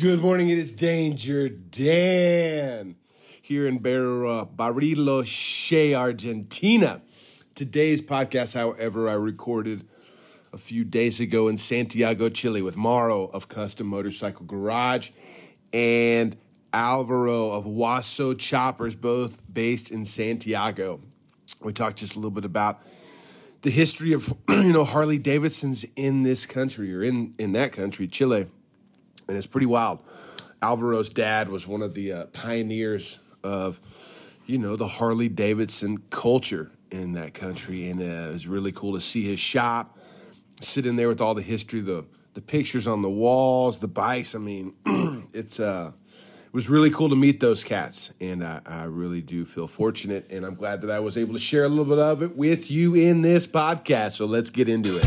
Good morning. It is Danger Dan here in Bar- Bariloche, Argentina. Today's podcast, however, I recorded a few days ago in Santiago, Chile, with Mauro of Custom Motorcycle Garage and Alvaro of Waso Choppers, both based in Santiago. We talked just a little bit about the history of you know Harley Davidsons in this country or in in that country, Chile and it's pretty wild. Alvaro's dad was one of the uh, pioneers of, you know, the Harley Davidson culture in that country, and uh, it was really cool to see his shop, sit in there with all the history, the the pictures on the walls, the bikes. I mean, it's uh, it was really cool to meet those cats, and I, I really do feel fortunate, and I'm glad that I was able to share a little bit of it with you in this podcast. So let's get into it.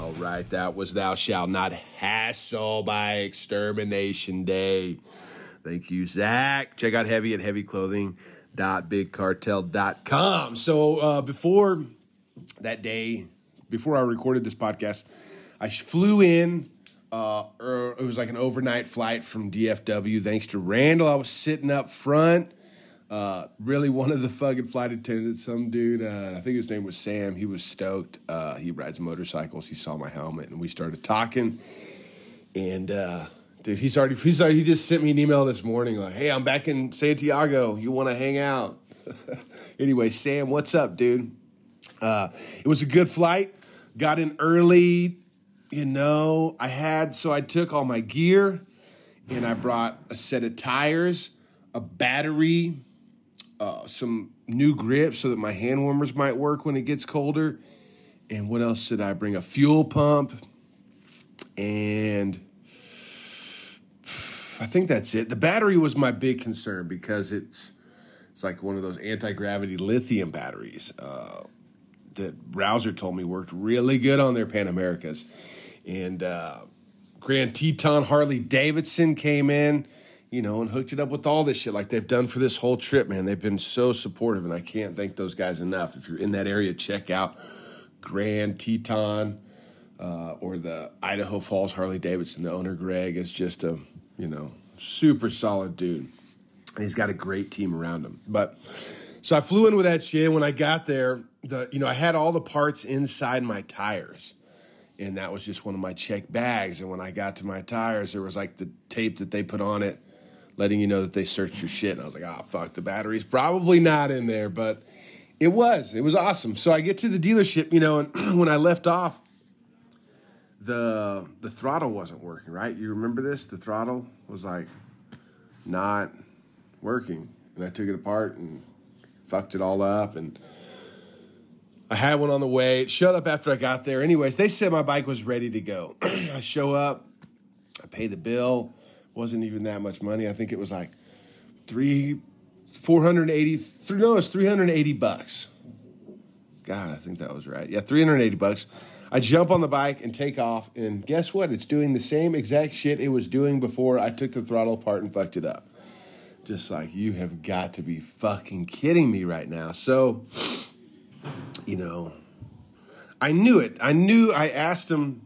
All right, that was Thou Shalt Not Hassle by Extermination Day. Thank you, Zach. Check out Heavy at heavyclothing.bigcartel.com. So uh, before that day, before I recorded this podcast, I flew in. Uh, er, it was like an overnight flight from DFW. Thanks to Randall, I was sitting up front. Uh, really, one of the fucking flight attendants, some dude, uh, I think his name was Sam, he was stoked. Uh, he rides motorcycles. He saw my helmet and we started talking. And, uh, dude, he's already, he's already, he just sent me an email this morning like, hey, I'm back in Santiago. You want to hang out? anyway, Sam, what's up, dude? Uh, it was a good flight. Got in early. You know, I had, so I took all my gear and I brought a set of tires, a battery, uh, some new grips so that my hand warmers might work when it gets colder. And what else did I bring? A fuel pump. And I think that's it. The battery was my big concern because it's it's like one of those anti gravity lithium batteries uh, that Rouser told me worked really good on their Pan Americas. And uh, Grand Teton Harley Davidson came in, you know, and hooked it up with all this shit like they've done for this whole trip, man. They've been so supportive, and I can't thank those guys enough. If you're in that area, check out Grand Teton uh, or the Idaho Falls Harley Davidson. The owner, Greg, is just a, you know, super solid dude. And he's got a great team around him. But so I flew in with that shit. When I got there, the you know, I had all the parts inside my tires and that was just one of my check bags. And when I got to my tires, there was like the tape that they put on it, letting you know that they searched your shit. And I was like, oh, fuck, the battery's probably not in there, but it was. It was awesome. So I get to the dealership, you know, and when I left off, the the throttle wasn't working, right? You remember this? The throttle was like not working. And I took it apart and fucked it all up and I had one on the way. It showed up after I got there. Anyways, they said my bike was ready to go. I show up, I pay the bill. wasn't even that much money. I think it was like three, four hundred eighty. Three, no, it's three hundred eighty bucks. God, I think that was right. Yeah, three hundred eighty bucks. I jump on the bike and take off, and guess what? It's doing the same exact shit it was doing before I took the throttle apart and fucked it up. Just like you have got to be fucking kidding me right now. So you know i knew it i knew i asked him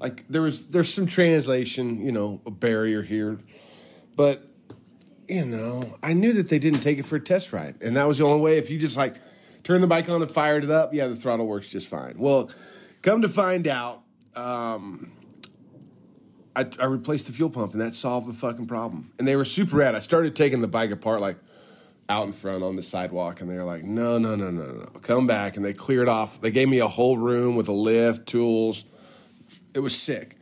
like there was there's some translation you know a barrier here but you know i knew that they didn't take it for a test ride and that was the only way if you just like turn the bike on and fired it up yeah the throttle works just fine well come to find out um, I, I replaced the fuel pump and that solved the fucking problem. And they were super rad. I started taking the bike apart like out in front on the sidewalk and they were like, no, no, no, no, no. Come back. And they cleared off. They gave me a whole room with a lift, tools. It was sick.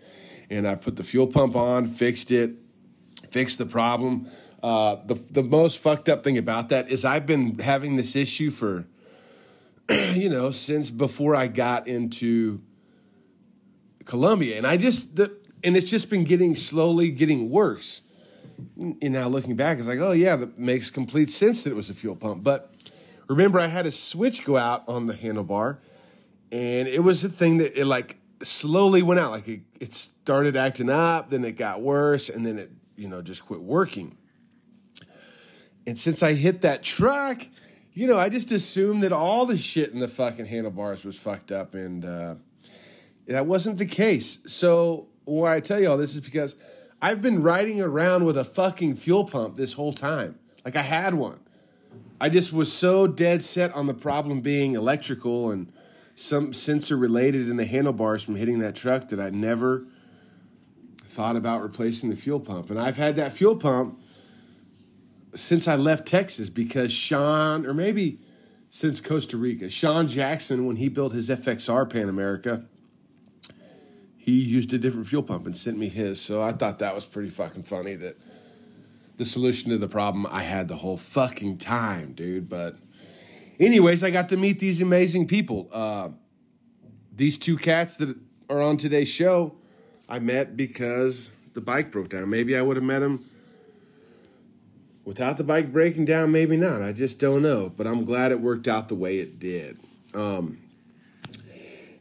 And I put the fuel pump on, fixed it, fixed the problem. Uh, the, the most fucked up thing about that is I've been having this issue for, you know, since before I got into Colombia. And I just, the, and it's just been getting slowly getting worse. And now looking back, it's like, oh yeah, that makes complete sense that it was a fuel pump. But remember, I had a switch go out on the handlebar, and it was a thing that it like slowly went out. Like it, it started acting up, then it got worse, and then it, you know, just quit working. And since I hit that truck, you know, I just assumed that all the shit in the fucking handlebars was fucked up, and uh, that wasn't the case. So why I tell you all this is because I've been riding around with a fucking fuel pump this whole time. Like I had one. I just was so dead set on the problem being electrical and some sensor related in the handlebars from hitting that truck that I never thought about replacing the fuel pump. And I've had that fuel pump since I left Texas because Sean, or maybe since Costa Rica, Sean Jackson, when he built his FXR Pan America, he used a different fuel pump and sent me his. So I thought that was pretty fucking funny that the solution to the problem I had the whole fucking time, dude. But anyways, I got to meet these amazing people. Uh, these two cats that are on today's show, I met because the bike broke down. Maybe I would have met them without the bike breaking down. Maybe not. I just don't know. But I'm glad it worked out the way it did. Um,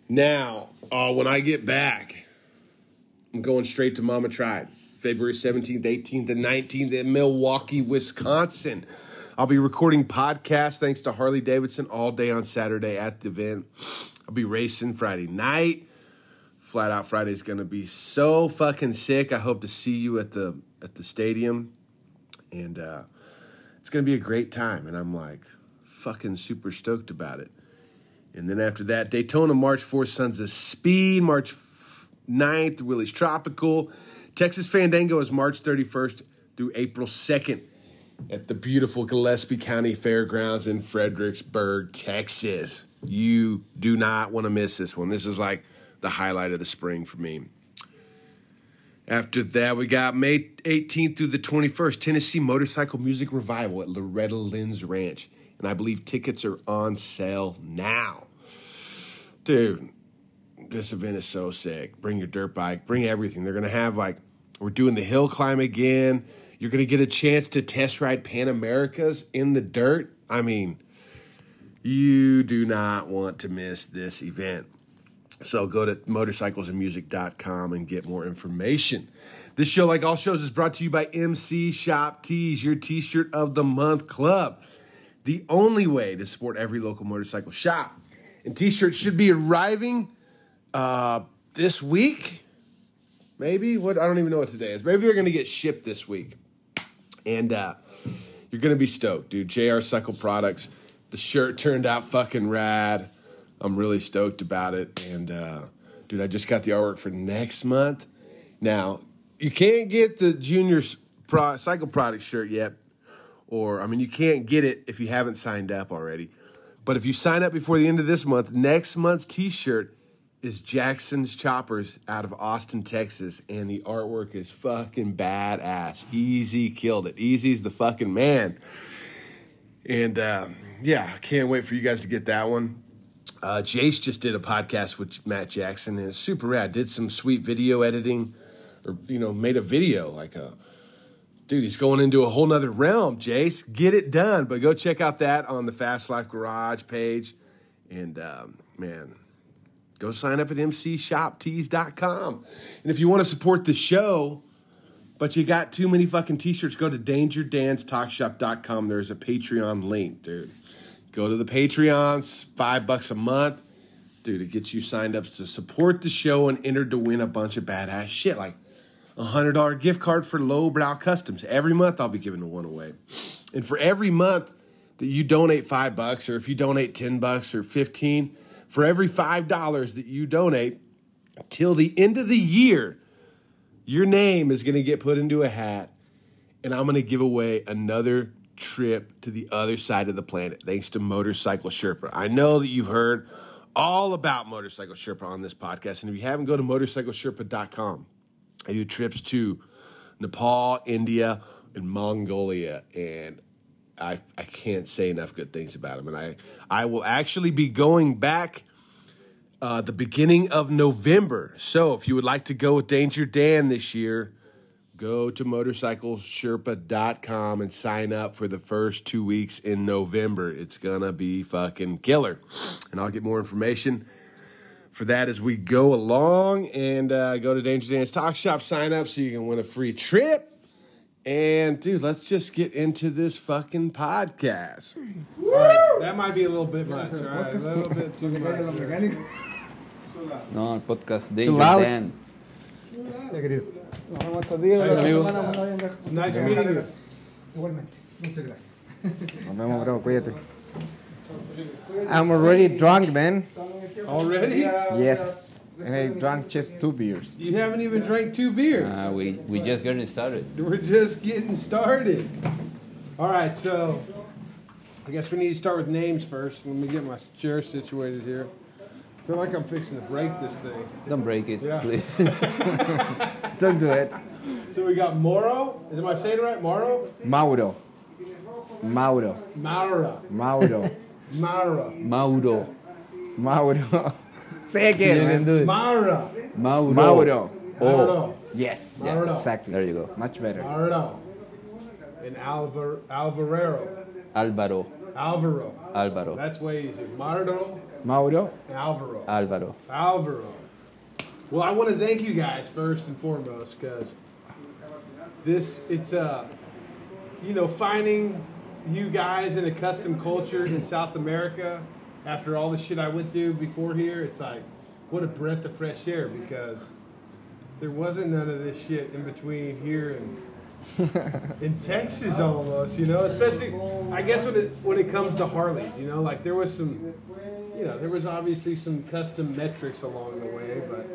now, uh, when I get back, I'm going straight to Mama Tribe. February 17th, 18th, and 19th in Milwaukee, Wisconsin. I'll be recording podcasts thanks to Harley Davidson all day on Saturday at the event. I'll be racing Friday night. Flat Out Friday is going to be so fucking sick. I hope to see you at the at the stadium, and uh, it's going to be a great time. And I'm like fucking super stoked about it. And then after that, Daytona March 4th, Sons of Speed, March f- 9th, Willie's Tropical. Texas Fandango is March 31st through April 2nd at the beautiful Gillespie County Fairgrounds in Fredericksburg, Texas. You do not want to miss this one. This is like the highlight of the spring for me. After that, we got May 18th through the 21st, Tennessee Motorcycle Music Revival at Loretta Lynn's Ranch. And I believe tickets are on sale now. Dude, this event is so sick. Bring your dirt bike, bring everything. They're going to have like, we're doing the hill climb again. You're going to get a chance to test ride Pan Americas in the dirt. I mean, you do not want to miss this event. So go to motorcyclesandmusic.com and get more information. This show, like all shows, is brought to you by MC Shop Tees, your t shirt of the month club. The only way to support every local motorcycle shop. And t shirts should be arriving uh, this week, maybe. What I don't even know what today is. Maybe they're going to get shipped this week, and uh, you're going to be stoked, dude. Jr. Cycle Products. The shirt turned out fucking rad. I'm really stoked about it, and uh, dude, I just got the artwork for next month. Now you can't get the Junior s- Pro- Cycle Products shirt yet, or I mean, you can't get it if you haven't signed up already. But if you sign up before the end of this month, next month's T-shirt is Jackson's Choppers out of Austin, Texas, and the artwork is fucking badass. Easy killed it. Easy's the fucking man. And uh, yeah, I can't wait for you guys to get that one. Uh, Jace just did a podcast with Matt Jackson, and it's super rad. Did some sweet video editing, or you know, made a video like a dude. He's going into a whole nother realm. Jace, get it done. But go check out that on the Fast Life Garage page, and um, man, go sign up at mcshoptees.com. And if you want to support the show, but you got too many fucking t-shirts, go to dangerdancetalkshop.com. There's a Patreon link, dude. Go to the Patreons, five bucks a month. Dude, it gets you signed up to support the show and entered to win a bunch of badass shit, like a hundred dollar gift card for lowbrow customs. Every month I'll be giving one away. And for every month that you donate five bucks, or if you donate ten bucks or fifteen, for every five dollars that you donate till the end of the year, your name is gonna get put into a hat, and I'm gonna give away another trip to the other side of the planet thanks to Motorcycle Sherpa. I know that you've heard all about Motorcycle Sherpa on this podcast, and if you haven't, go to motorcyclesherpa.com. I do trips to Nepal, India, and Mongolia, and I I can't say enough good things about him. And I I will actually be going back uh, the beginning of November. So if you would like to go with Danger Dan this year, go to motorcyclesherpa.com and sign up for the first two weeks in November. It's gonna be fucking killer, and I'll get more information for that as we go along. And uh, go to Danger Dance Talk Shop, sign up so you can win a free trip. And dude, let's just get into this fucking podcast. That might be a little bit much, all right? A little bit too much. there. No, el podcast de loud. Dan. amigo. Nice meeting you. Igualmente, muchas gracias. Nos vemos, bro. Cuídate. I'm already drunk, man. Already? Yes. And I drank just two beers. You haven't even drank two beers. Uh, we, we just getting started. We're just getting started. All right, so I guess we need to start with names first. Let me get my chair situated here. I feel like I'm fixing to break this thing. Don't break it, Yeah. please. Don't do it. So we got Moro. Is am I saying it right? Moro? Mauro. Mauro. Maura. Mauro. Mara. Mauro. Mauro. Say again, You can man. do it. Mara. Mauro. Mauro. Oh, Mauro. Yes. Mauro. Exactly. there you go. Much better. Mauro. And Alvar Alvarero. Álvaro. Alvaro. Álvaro. That's way easier. Mardo Mauro. and Alvaro. Álvaro. Alvaro. Well, I want to thank you guys first and foremost because this it's uh you know finding you guys in a custom culture in South America after all the shit I went through before here. It's like what a breath of fresh air because there wasn't none of this shit in between here and in Texas almost, you know, especially I guess when it when it comes to Harleys, you know, like there was some you know, there was obviously some custom metrics along the way, but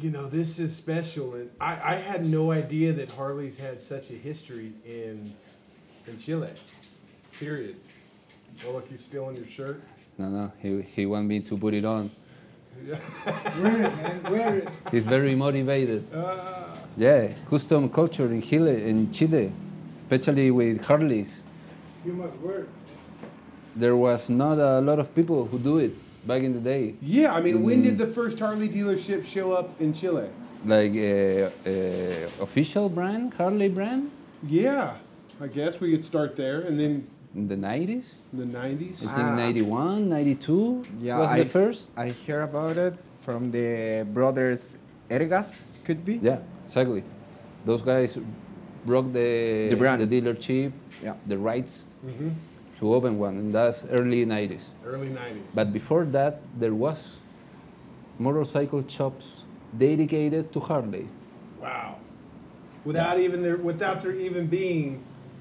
you know, this is special and I, I had no idea that Harleys had such a history in in Chile. Period. Oh look, you're still in your shirt. No, no, he, he want me to put it on. Wear it, man, wear it. He's very motivated. Uh, Yeah, custom culture in Chile, in Chile, especially with Harleys. You must wear it. There was not a lot of people who do it back in the day. yeah, I mean, when did the first Harley dealership show up in Chile? Like uh, uh, official brand, Harley brand, Yeah, I guess we could start there, and then in the 90s. the '90s. I think Ah. 91, 92 Yeah, was I- the first. I hear about it from the brothers Ergas, could be? Yeah, exactly. Those guys broke the The brand. dealership, Yeah. Mm-hmm. the rights to open one, and that's early '90s. Early '90s. But before that, there was motorcycle shops dedicated to Harley. Wow. Without even there, without there even being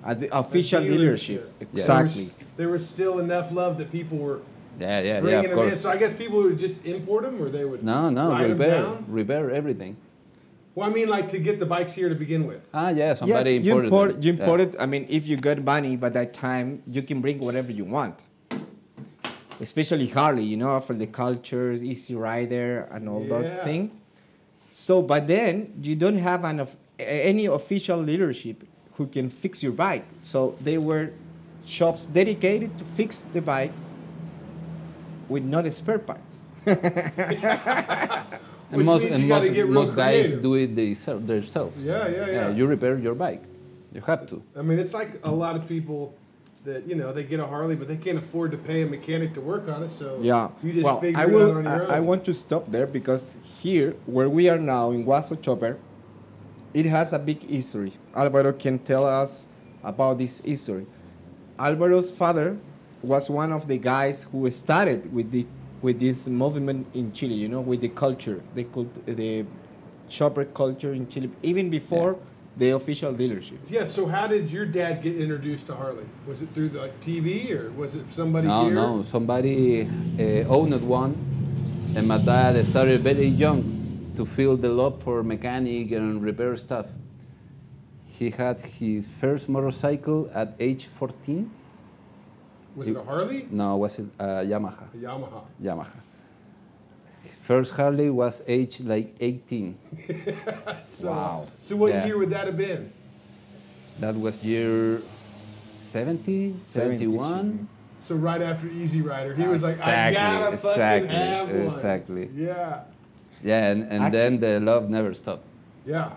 At the official dealership. dealership. Yeah. Exactly. there was still enough love that people were Yeah, yeah, yeah. bringing Of them in. course. So I guess people would just import them, or they would No, no, ride 'em repair, down? repair everything. Well, I mean, like to get the bikes here to begin with. Ah, yeah, somebody yes, you imported. import, them. you Yeah. import it. I mean, if you got money by that time, you can bring whatever you want. Especially Harley, you know, for the cultures, Easy Rider, and all Yeah. that thing. So, but then you don't have an of, any official leadership who can fix your bike. So they were shops dedicated to fix the bikes with not spare parts. And Which most, means and you gotta most, get real most guys creative. do it theyse- themselves. Yeah, yeah, yeah. You repair your bike. You have to. I mean, it's like a lot of people that you know they get a Harley, but they can't afford to pay a mechanic to work on it. So Yeah. you just well, figure I it will, out on your I, own. I want to stop there because here, where we are now in Guaso Chopper, it has a big history. Alvaro can tell us about this history. Alvaro's father was one of the guys who started with the with this movement in Chile. You know, with the culture, the cult, the chopper culture in Chile, even before the official dealership. Yeah. So how did your dad get introduced to Harley? Was it through the like, TV or was it somebody No, here? no, somebody uh, owned one, and my dad started very young to feel the love for mechanic and repair stuff. He had his first motorcycle at age 14. Was it a Harley? No, was it uh, Yamaha? A Yamaha. Yamaha. His first Harley was age like 18. So, Wow. So what Yeah. year would that have been? That was year 70, 71. So right after Easy Rider, he was like, "I Exactly, gotta fucking exactly, have one." exactly. Yeah. Yeah, and, and then the love never stopped. Yeah.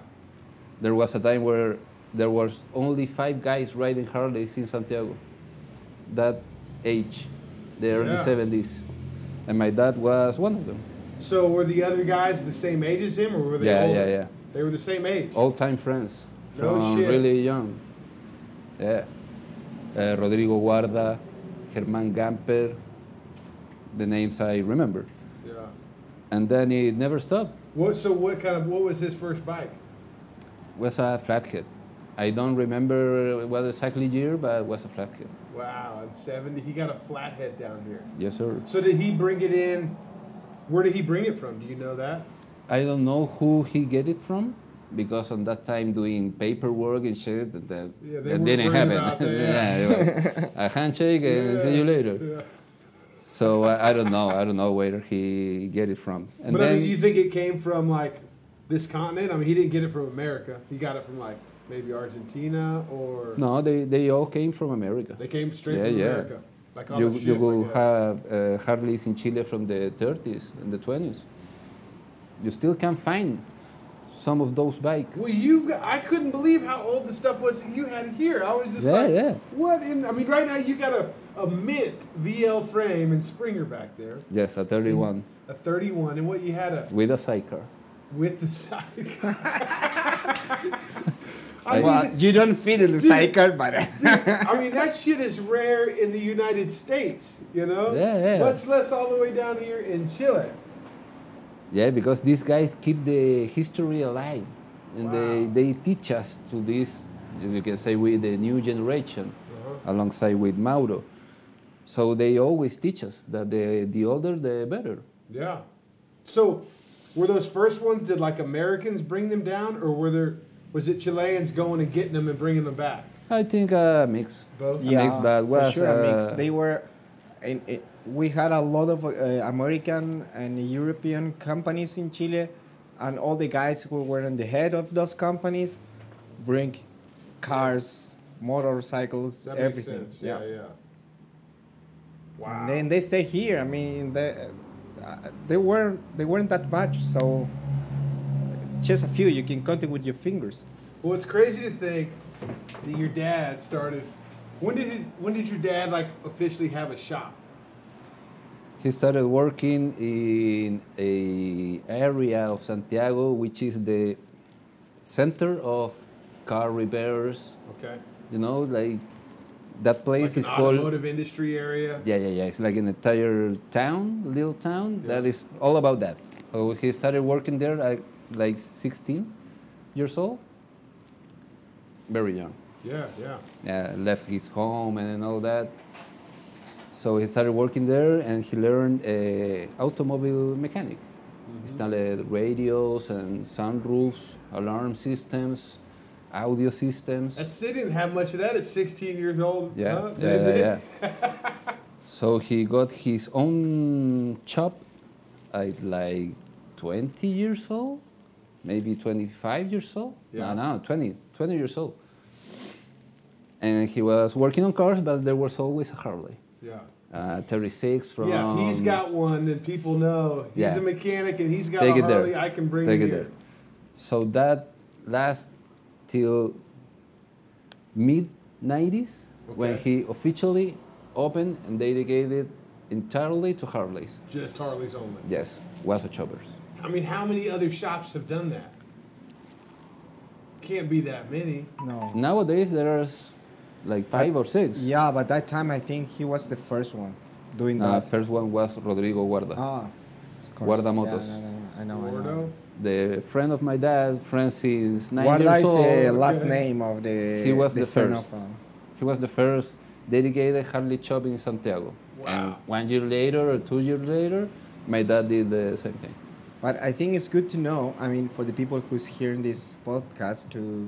There was a time where there was only five guys riding Harleys in Santiago. That age, the early Yeah. 70s. and my dad was one of them. So were the other guys the same age as him, or were they Yeah, older? yeah, yeah. Oh. They were the same age. All time friends. No from shit. really young. Yeah. Uh, Rodrigo Guarda, Germán Gamper, the names I remember. Yeah. And then it never stopped. What? So what kind of? What was his first bike? was a flathead. I don't remember what exactly year, but it was a flathead. Wow, in '70, he got a flathead down here. Yes, sir. So did he bring it in? Where did he bring it from? Do you know that? I don't know who he get it from because on that time doing paperwork and shit, that, that, Yeah, they that weren't didn't worried happen. about that, yeah, yeah. it was a handshake and see you later. Yeah. So uh, I, I don't know. I don't know where he get it from. And But I then mean, do you think it came from like this continent? I mean, he didn't get it from America. He got it from like maybe Argentina or no, they, they all came from America. they came straight Yeah, from yeah. America. Like on you a ship, you I will guess. have uh, Harleys in Chile from the 30s and the 20s. You still can find some of those bikes. Well, you've got, I couldn't believe how old the stuff was that you had here. I was just Yeah, like, yeah. what in? I mean, right now you got a, a mint VL frame and Springer back there, Yes, a 31 a 31, and what you had a with a sidecar. with the side. I- Well, you don't fit in the cycle, but I mean, that shit is rare in the United States, you know? Yeah, yeah. Much less all the way down here in Chile. Yeah, because these guys keep the history alive and Wow. they, they teach us to this, you can say, with the new generation Uh-huh. alongside with Mauro. So they always teach us that the, the older, the better. Yeah. So, were those first ones, did like Americans bring them down, or were there, was it Chileans going and getting them and bringing them back? I think a mix. Both? Yeah. mix, but for was, sure a mix. uh, They were, and it, we had a lot of uh, American and European companies in Chile, and all the guys who were in the head of those companies bring cars, motorcycles, That makes everything. sense. Yeah, yeah. Wow. And then they stay here. I mean, they, uh, they were they weren't that much. So just a few you can count it with your fingers. Well, it's crazy to think that your dad started. When did it, when did your dad like officially have a shop? He started working in a area of Santiago, which is the center of car repairs. Okay. You know, like that place Like an is called automotive industry area. Yeah, yeah, yeah. It's like an entire town, little town. That is all about that. So he started working there at like 16 years old. Very young. Yeah, yeah. Yeah, uh, left his home and all that. So he started working there, and he learned uh, automobile mechanic. Installed radios and sunroofs, alarm systems, audio systems. That's, they didn't have much of that at 16 years old. Yeah, huh? yeah, They yeah, did. yeah. so he got his own shop at like 20 years old, maybe 25 years old. Yeah. No, no, 20, 20 years old. And he was working on cars, but there was always a Harley. Yeah. Uh, 36 from. Yeah, if he's got one, then people know he's Um, Yeah. a mechanic and he's got Take a it there. Harley. I can bring Take it it here. there. So that last till mid 90s when Okay. he officially opened and dedicated entirely to Harleys. Just Harleys only. Yes, was a choppers. I mean, how many other shops have done that? Can't be that many. No. Nowadays there's like five or six. Yeah, but that time I think he was the first one doing Uh, that. first one was Rodrigo Guarda. Ah, of Guarda course. Yeah, motos. no, no, no, I Oh, know. I know. Gordo. The friend of my dad, Francis, nine Guarda years is the old. last name of Eh, the. He was the friend first. Of, uh, He was the first dedicated Harley shop in Santiago. And Wow. one year later or two years later, my dad did the same thing. but I think it's good to know. I mean, for the people who's hearing this podcast, to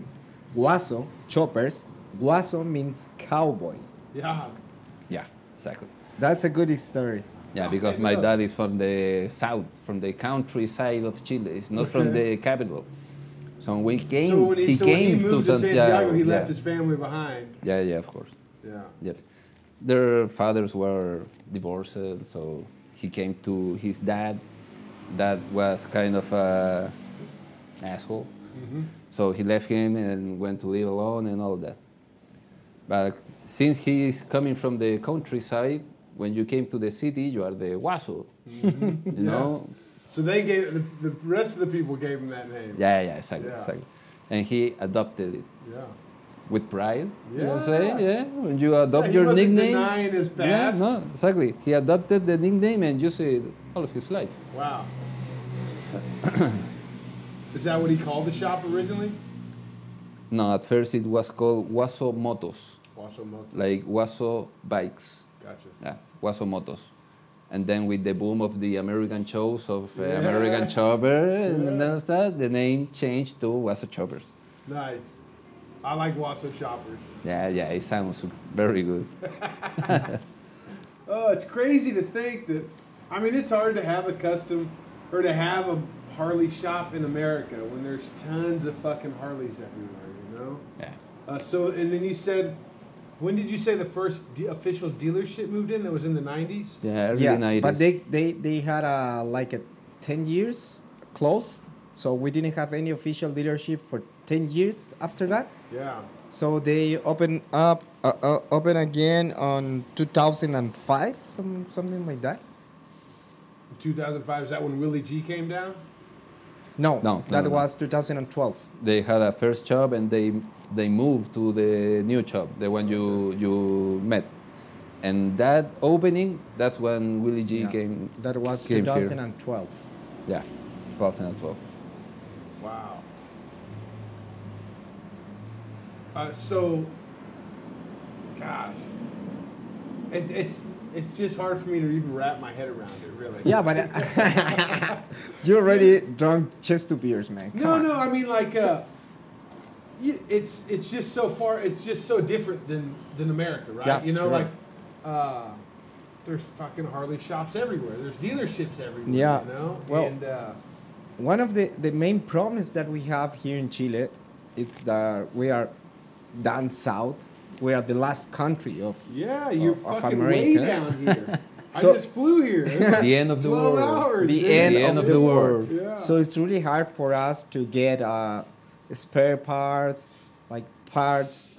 guaso choppers. Guaso means cowboy. Yeah. Yeah, exactly. That's a good story. Oh, Yeah, because my dad is from the south, from the countryside of Chile. It's not from the capital. So when he came, so when he, he so when he came moved to to Santiago. he yeah. left his family behind. yeah, yeah, of course. Yeah. Yes. Their fathers were divorced, so he came to his dad. That was kind of a asshole. Mm-hmm. So he left him and went to live alone and all that. But since he is coming from the countryside, when you came to the city, you are the waso. Mm-hmm. you know? So they gave the, the rest of the people gave him that name. Yeah, yeah, exactly, Yeah. exactly. And he adopted it Yeah. with pride. You know what I'm saying? Yeah. Yeah. When you adopt Yeah, he your wasn't nickname. denying his Yeah, past. no, exactly. He adopted the nickname and used it all of his life. Wow. Is that what he called the shop originally? No, at first it was called Waso Motos, Waso Moto. like Waso Bikes. Gotcha. Yeah, Waso Motos. And then with the boom of the American shows of uh, Yeah. American Chopper and all that, the name changed to Waso Choppers. Nice. I like Waso Shoppers. Yeah, yeah, it sounds very good. Oh, it's crazy to think that. I mean, it's hard to have a custom or to have a Harley shop in America when there's tons of fucking Harleys everywhere. You know. Yeah. Uh, so, and then you said, when did you say the first de- official dealership moved in? That was in the nineties. Yeah, early yes, 90s. but they, they, they had a, like a 10 years close, so we didn't have any official leadership for 10 years after that. Yeah. So they open up, uh, uh, open again on 2005, some, something like that. Two thousand five. Is that when Willie G came down? No, No, no, that no, no. was 2012. they had a first job and they they moved to the new job, the one you you met. And that opening, that's when Willie G Yeah, came. That was came here. 2012. Yeah, 2012. Wow. Uh, so, gosh, it's it's it's just hard for me to even wrap my head around it, really. Yeah, but uh, you already drunk chest two beers, man. Come no, on. no, I mean like, uh, y- it's it's just so far, it's just so different than than America, right? Yeah, you know, sure. like, uh, there's fucking Harley shops everywhere. There's dealerships everywhere. Yeah, You know, well- and uh, One of the, the main problems that we have here in Chile is that we are down south. We are the last country of yeah, you're Of- of fucking way America. down here. I So- just flew here. The end of the 12 world. hours. the dude. end, The end of, of the, the world. world. Yeah. So it's really hard for us to get uh, spare parts, like parts,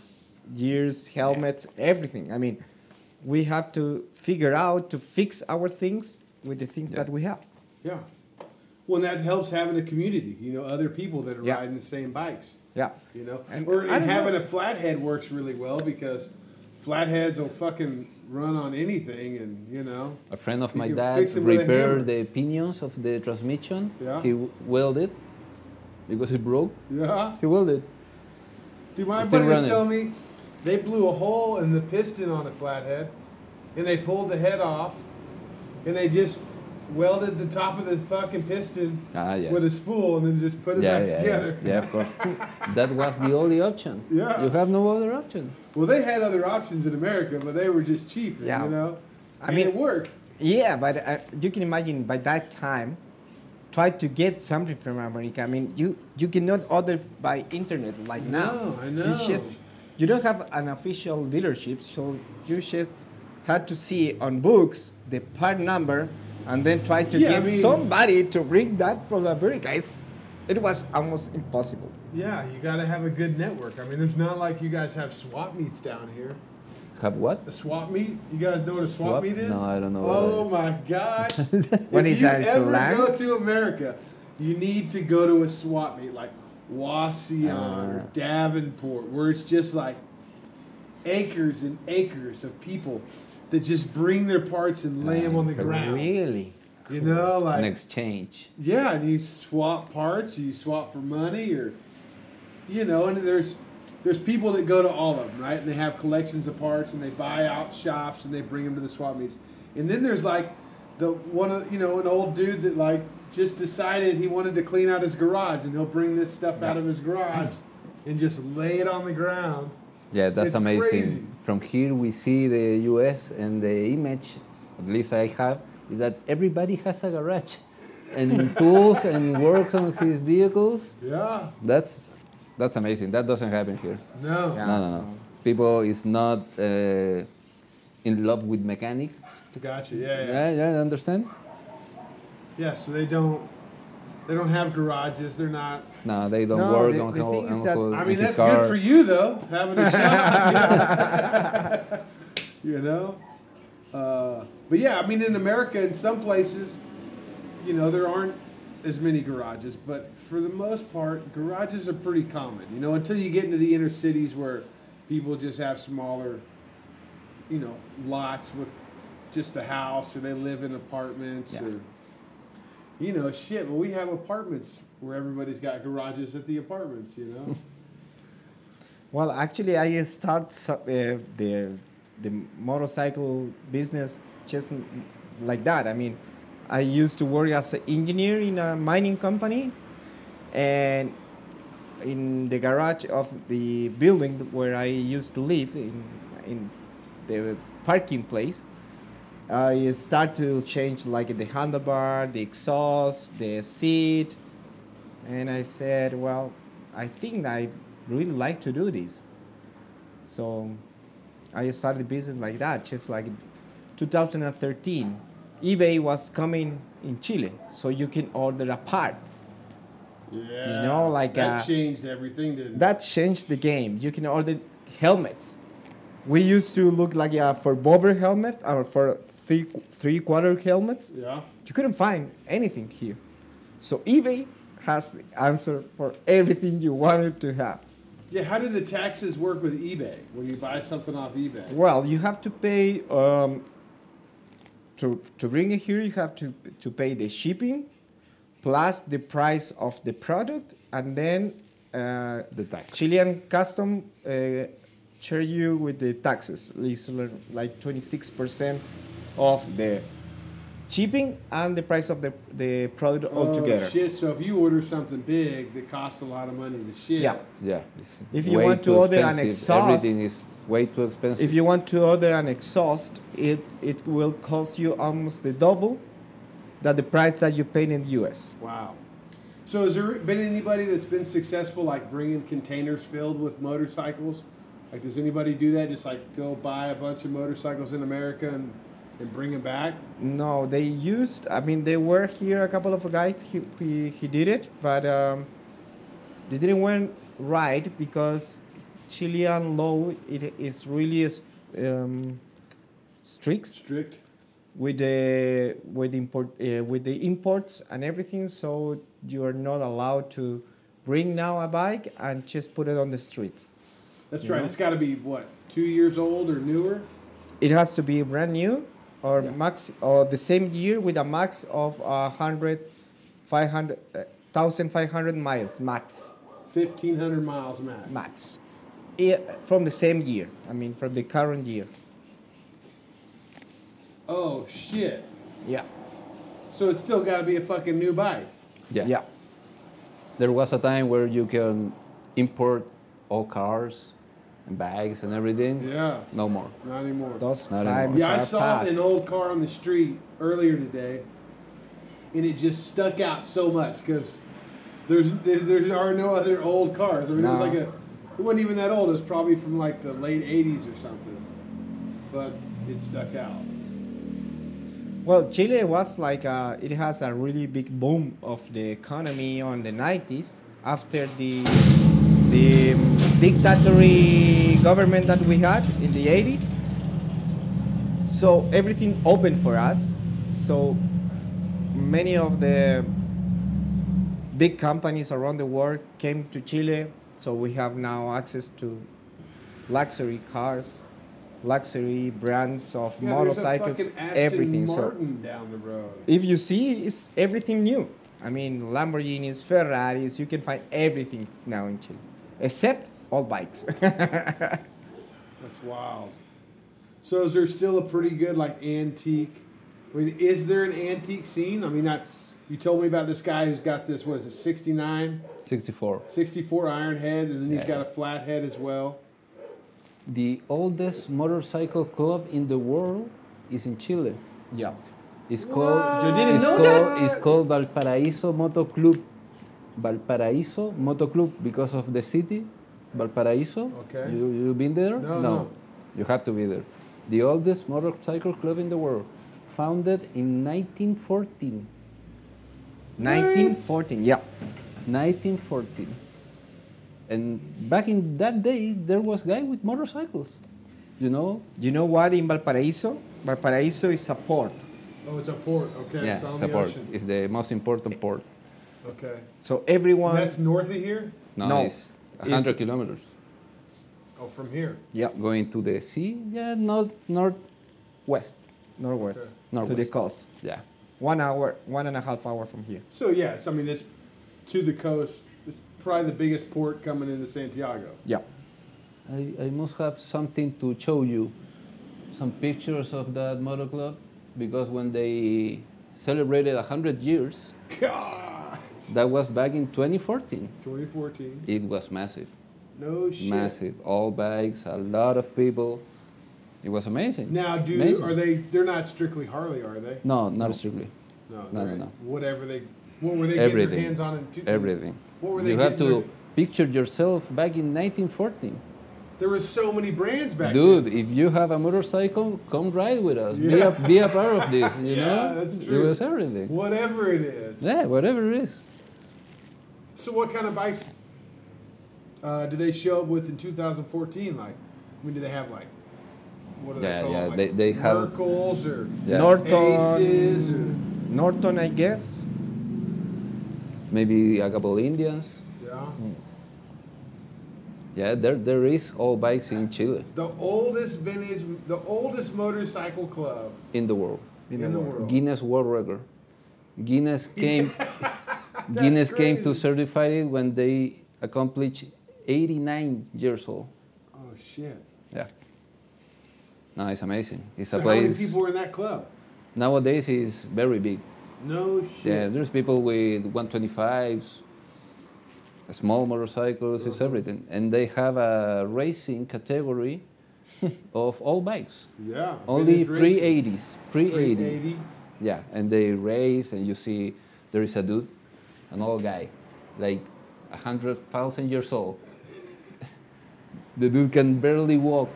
gears, helmets, everything. I mean, we have to figure out to fix our things with the things Yeah. that we have. Yeah. Well, and that helps having a community, you know, other people that are Yeah. riding the same bikes, Yeah. you know. And or I and don't having know. a flathead works really well because flatheads will fucking run on anything and, you know. A friend of You my can dad fix it with a hammer. repaired the pinions of the transmission. Yeah. He w- welded because it broke. Yeah. He welded. Dude, my It's still buddy was running. telling me they blew a hole in the piston on a flathead and they pulled the head off and they just welded the top of the fucking piston Ah, yes. with a spool and then just put it yeah, back yeah, together. yeah, yeah, of course. that was the only option. Yeah. You have no other option. Well, they had other options in America, but they were just cheap, Yeah. you know? I And mean- it worked. Yeah, but uh, you can imagine by that time, try to get something from America. I mean, you you cannot order by internet like now. No, I It's know. just you don't have an official dealership, so you just had to see on books the part number, and then try to Yeah, I get mean- somebody to bring that from America. It's, it was almost impossible. Yeah, you got to have a good network. I mean, there's not like you guys have swap meets down here. Have what? A swap meet? You guys know what a swap, Swap? meet is? No, I don't know what Oh my gosh! What if is you that, it's a ever land? go to America, you need to go to a swap meet like Wasion or Ah. Davenport, where it's just like acres and acres of people that just bring their parts and lay them on the ground. Really? You know, like An exchange. Yeah, and you swap parts, you swap for money, or you know, and there's there's people that go to all of them, right? And they have collections of parts, and they buy out shops, and they bring them to the swap meets. And then there's like the one of you know an old dude that like just decided he wanted to clean out his garage, and he'll bring this stuff out of his garage and just lay it on the ground. Yeah, that's It's amazing. crazy. From here, we see the US, and the image, at least I have, is that everybody has a garage and tools and works on his vehicles. Yeah, That's, that's amazing. That doesn't happen here. no, Yeah. No, no, no. People is not uh, in love with mechanics. gotcha. Yeah, yeah, Yeah, yeah, I understand. yeah. So they don't they don't have garages. They're not No, they don't No, work the- on the how thing is on that- how I mean, his that's car. good for you though, having a shop. you know, Uh, but yeah, I mean, in America, in some places, you know, there aren't as many garages, but for the most part, garages are pretty common. You know, until you get into the inner cities where people just have smaller, you know, lots with just the house, or they live in apartments, Yeah. or you know, shit. But we have apartments where everybody's got garages at the apartments. You know. Well, actually, I start so- uh, the the motorcycle business just m- like that. I mean, I used to work as an engineer in a mining company, and in the garage of the building where I used to live in in the parking place. I start to change like the handlebar, the exhaust, the seat, and I said, well, I think I really like to do this. So I started the business like that, just like 2013. eBay was coming in Chile, so you can order a part. Yeah. know, like, that uh, changed everything, didn't That changed the game. You can order helmets. We used to look like uh, for bobber helmet or for three three quarter helmets. it? Yeah. You couldn't find anything here. So eBay has the answer for everything you wanted to have. Yeah. How do the taxes work with eBay when you buy something off eBay? Well, you have to pay um, to to bring it here. You have to to pay the shipping, plus the price of the product, and then uh, The tax. Chilean custom uh, charge you with the taxes. It's like twenty six percent of the shipping and the price of the the product altogether. Oh, shit. So if you order something big that costs a lot of money to ship, Yeah. Yeah. it's If you way want to too order an expensive. exhaust- everything is way too expensive. If you want to order an exhaust, it it will cost you almost the double that the price that you paid in the U.S. wow. So has there been anybody that's been successful, like bringing containers filled with motorcycles? Like, does anybody do that? Just like go buy a bunch of motorcycles in America and, and bring them back? No, they used. I mean, they were here a couple of guys. He he, he did it, but um, they didn't went right because Chilean law it is really um, strict Strict. with the with import uh, with the imports and everything. So you are not allowed to bring now a bike and just put it on the street. That's right. It's got to be what two years old or newer. It has to be brand new or max or the same year with a max of a hundred, five hundred, uh, 1,500 miles max, Fifteen hundred miles max. max. I- from the same year, I mean, from the current year. Oh shit. Yeah. So it's still got to be a fucking new bike. yeah. Yeah. There was a time where you can import all cars and bags and everything. Yeah. No more. Not anymore. Those Not anymore. times Yeah, I are saw past. an old car on the street earlier today, and it just stuck out so much because there's there, there are no other old cars. I mean, it was No. like a it wasn't even that old. It was probably from like the late '80s or something, but it stuck out. Well, Chile was like a, it has a really big boom of the economy on the 90s after the the dictatory government that we had in the 80s. So everything opened for us. So many of the big companies around the world came to Chile. So we have now access to luxury cars, luxury brands of Yeah, there's a motorcycles, fucking Aston everything. So Martin down the road. if you see, it's everything new. I mean, Lamborghinis, Ferraris, you can find everything now in Chile, except all bikes. That's wild. So is there still a pretty good like antique? I mean, is there an antique scene? I mean, I, you told me about this guy who's got this. What is it? Sixty nine. 64. 64 iron head, and then he's got a flat head as well. The oldest motorcycle club in the world is in Chile. yeah. It's called. You didn't it's know called, It's called Valparaíso Moto Club. Valparaíso Moto Club because of the city, Valparaíso. Okay. You you been there? No, no. You have to be there. The oldest motorcycle club in the world, founded in 1914. 1914, yeah. 1914. And back in that day, there was guy with motorcycles. You know, You know what in Valparaiso? Valparaíso is a port. Oh, it's a port. Okay, yeah, it's on it's the a port. ocean. It's the most important port. Okay, So everyone, And that's north of here. No, No, it's it's- 100 kilometers. Oh, from here. yeah, Going to the sea, yeah, north, north, west. northwest, to the Northwest. coast. Yeah. One hour, one and a half hour from here. So yeah, it's, I mean it's to the coast. It's probably the biggest port coming into Santiago. Yeah. I, I must have something to show you, some pictures of that motor club, because when they celebrated 100 years, God, that was back in 2014. 2014. It was massive, No shit. massive. All bikes, a lot of people. It was amazing. Now, do Amazing. are they? They're not strictly Harley, are they? No, not strictly. No, No, they're- no, no. Whatever they, what were they getting Everything. their hands on in? Two, Everything. What were they? You have getting to their- picture yourself back in 1914. there was so many brands back Dude, then. if you have a motorcycle, come ride with us. Be, Yeah. a, be a part of this, you Yeah, know? that's It true. was everything. Whatever it is. Yeah, whatever it is. So, what kind of bikes uh, do they show up with in 2014? Like, I mean, do they have like, what are Yeah, they called? yeah, like they- they have- Merkles or Yeah. Norton, Aces or Norton, I guess. Maybe a couple Indians. yeah. Hmm. Yeah, there there is all bikes in Chile The oldest vintage, the oldest motorcycle club in the world. in, the, world. Guinness World Record. Guinness came Guinness came to crazy. certify it when they accomplished 89 years old. Oh shit! Yeah. No, it's amazing. It's So a how many place people were in that club? nowadays it's very big. No shit. Yeah, there's people with 125s, small motorcycles, it's everything. And they have a racing category of all bikes. Yeah, Only vintage racing. pre 80s. Pre 80. 380. Yeah, and they race, and you see there is a dude, an old guy, like 100,000 years old. the dude can barely walk,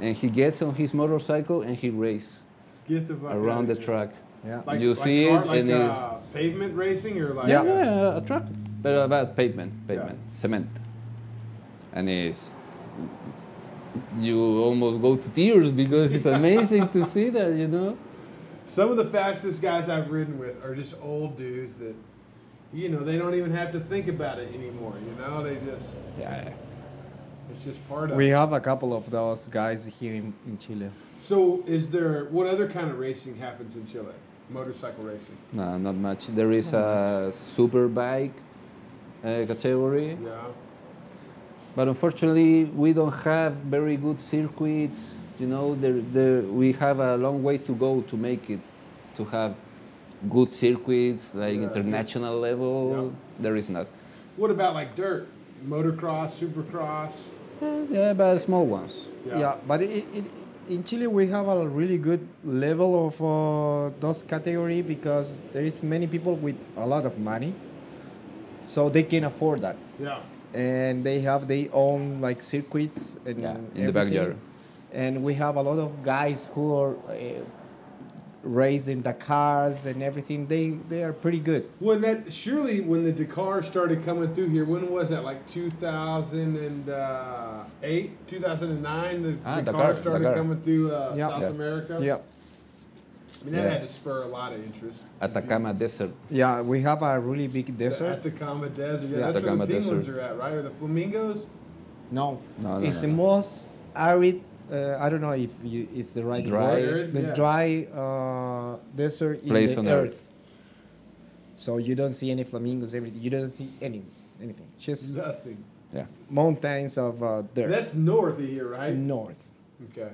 and he gets on his motorcycle and he races Get the fuck around the outta here. track. Yeah. Like, You like see car, it like, and it's- uh, pavement racing or like Yeah, yeah, a truck, but about pavement, Yeah. pavement, cement, and it's you almost go to tears because it's amazing to see that, you know. Some of the fastest guys I've ridden with are just old dudes that, you know, they don't even have to think about it anymore. You know, they just Yeah, it's just part of. We it. have a couple of those guys here in, in Chile. So, is there what other kind of racing happens in Chile? Motorcycle racing. no, not much. There is a super bike uh, category, Yeah. but unfortunately, we don't have very good circuits. You know, there, there, we have a long way to go to make it to have good circuits like Yeah, I think- international level. There is not. What about like dirt, motocross, supercross? Yeah, Uh, yeah, but small ones. Yeah, but it, it, in Chile we have a really good level of uh, those category because there is many people with a lot of money, so they can afford that, Yeah. and they have their own like circuits and Yeah, in the everything. backyard. And we have a lot of guys who are uh, raising the cars and everything. They they are pretty good. When that surely when the Dakar started coming through here, when was that? Like two thousand and uh, eight, two thousand and nine. The Ah, Dakar, Dakar, started Dakar. coming through uh, Yeah. South Yeah. America. Yeah, I mean that Yeah. had to spur a lot of interest. Atacama Desert. Uh, yeah, we have a really big The desert. Atacama Desert. Yeah, Yeah. that's Atacama where the penguins Desert. are at, right? Or the flamingos? No, No, no, it's no, the no. most arid. Uh, I don't know if you, it's the right Dry. word. Arid, The yeah. dry uh, desert Place in on the Earth. earth. So you don't see any flamingos. Everything you don't see any anything. Just Nothing. Yeah. mountains of uh, dirt That's north of here, right? north. Okay.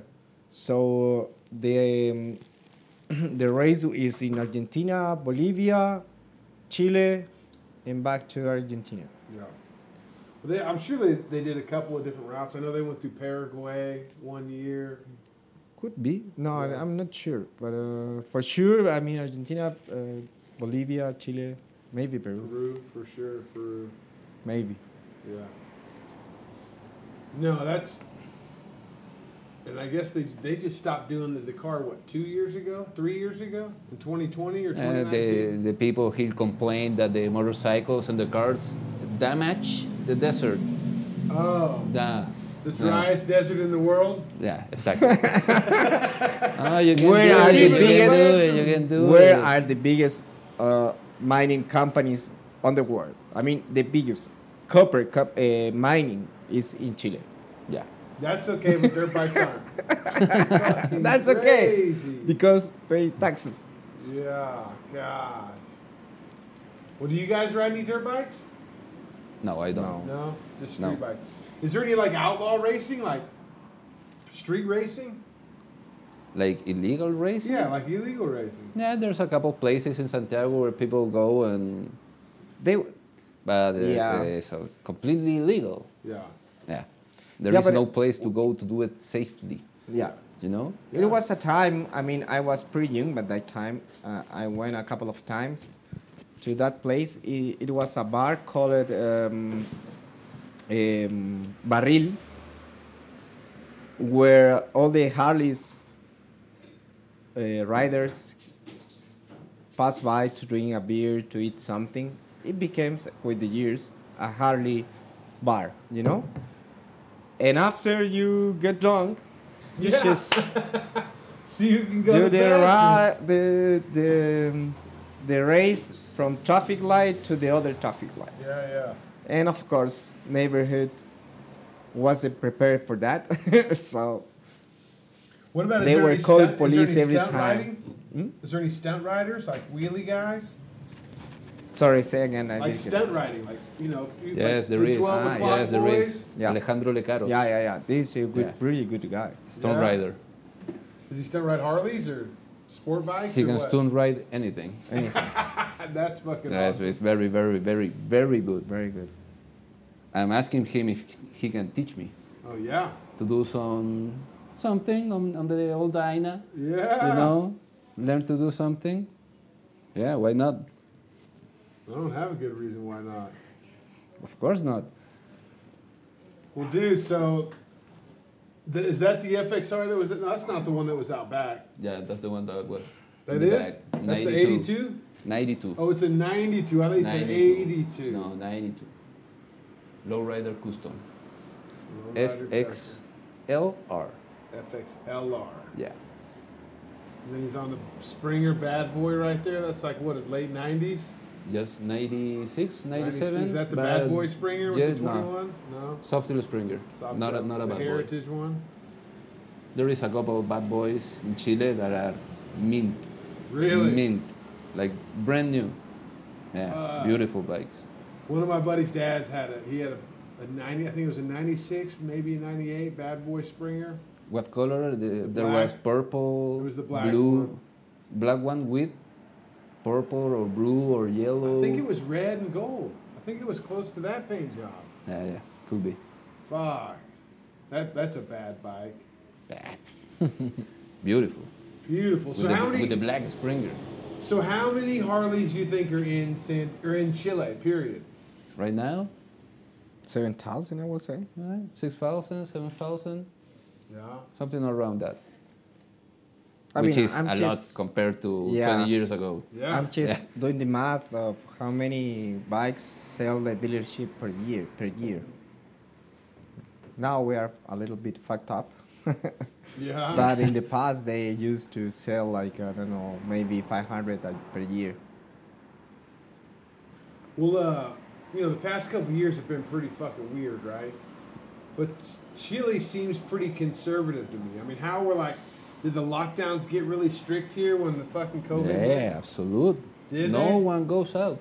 So the um, the race is in Argentina, Bolivia, Chile, and back to Argentina. Yeah. Well, they, I'm sure they, they did a couple of different routes. I know they went through Paraguay one year. Could be. No, I- Yeah. I'm not sure, but uh, for sure, I mean Argentina, uh, Bolivia, Chile, maybe Peru, Peru for sure. Peru. maybe. Yeah. No, that's. And I guess they they just stopped doing the Dakar what two years ago, three years ago, in 2020 or Uh, 2019. the, the people here complain that the motorcycles and the cars damage the desert. oh, Da- The driest desert in the world. Yeah, exactly. no, you can Where do are it, the you can do biggest- uh, it, you can do Where it. are the biggest uh, mining companies on the world? I mean, the biggest copper cup, uh, mining is in Chile. yeah. That's okay, but their bikes aren't. Fucking That's okay crazy. because pay taxes. Yeah, gosh. Well, do you guys ride any dirt bikes? No, I don't. No. No, just street No. bike. Is there any like outlaw racing, like street racing? Like illegal racing? Yeah, like illegal racing. Yeah, there's a couple places in Santiago where people go and, They but uh, Yeah. uh, so completely illegal. Yeah. Yeah, there is Yeah, but no it- place to go to do it safely. yeah. You know? It was a time. I mean, I was pretty young, but that time uh, I went a couple of times to that place. It, it was a bar called um, um, Barril, where all the Harleys uh, riders pass by to drink a beer, to eat something. It became, with the years, a Harley bar. You know. And after you get drunk, you Yeah. just See who can go do the the, ra- fastest. the the the race from traffic light to the other traffic light Yeah, yeah. and of course neighborhood wasn't prepared for that so What about They is there were any called stunt, is police there any every stunt time. Hmm? Riding? Is there any stunt riders like wheelie guys? sorry say again I Like didn't get stunt riding, like you know, you- Yes, like there the is. Twelve Ah, o'clock yes, there boys. is. Yeah. Alejandro Lecaro, yeah yeah yeah this is a good Yeah. really good guy stone Yeah. rider. Does he stunt ride Harleys or sport bikes? He or can uh, what? stone ride anything. Anyhow, That's fucking Yeah, so awesome. it's very, very, very, very good. very good I'm asking him if he can teach me Oh yeah, to do some something on, on the old Aina. yeah. You know, learn to do something. Yeah, why not? I don't have a good reason why not. Of course not. Well, dude, so th- is that the FXR that was? No, that's not the one that was out back. Yeah, that's the one that was. in That the is. back. That's the eighty-two. 92. Oh, it's a ninety-two. I thought you said 92. eighty-two. No, 92. Lowrider Custom. Lowrider Jackson. FXLR. FXLR. Yeah. And then he's on the Springer Bad Boy right there. That's like what, late nineties. Just 96, 97. Is that the but Bad Boy Springer with yeah, the no. twenty-one? No. Softail Springer. Soft not a, top. not a the bad boy. heritage one. There is a couple of bad boys in Chile that are mint. Really? Mint. Like brand new. Yeah. Fuck. Beautiful bikes. One of my buddy's dads had a. He had a, a ninety. I think it was a ninety-six, maybe a ninety-eight Bad Boy Springer. What color? The, there was black. purple, It was the black blue, one. black one with purple or blue or yellow. I think it was red and gold. I think it was close to that paint job. Yeah, yeah, could be. Fuck. That that's a bad bike. Beautiful. Beautiful. With, So the, how with the many black Springer. so how many Harleys you think are in San or in Chile, period? Right now, uh, 7000 I would say right? 6,000, 7,000, Yeah. something around that. I Which mean, is I'm a just, lot compared to Yeah. 20 years ago. Yeah. I'm just doing the math of how many bikes sell the dealership per year per year now we are a little bit fucked up yeah. But in the past, they used to sell like I don't know, maybe 500 a- per year. Well, uh, you know, the past couple years have been pretty fucking weird, right? But Chile seems pretty conservative to me. I mean, how were like, did the lockdowns get really strict here when the fucking COVID Yeah, hit? absolute. Did no they? one goes out.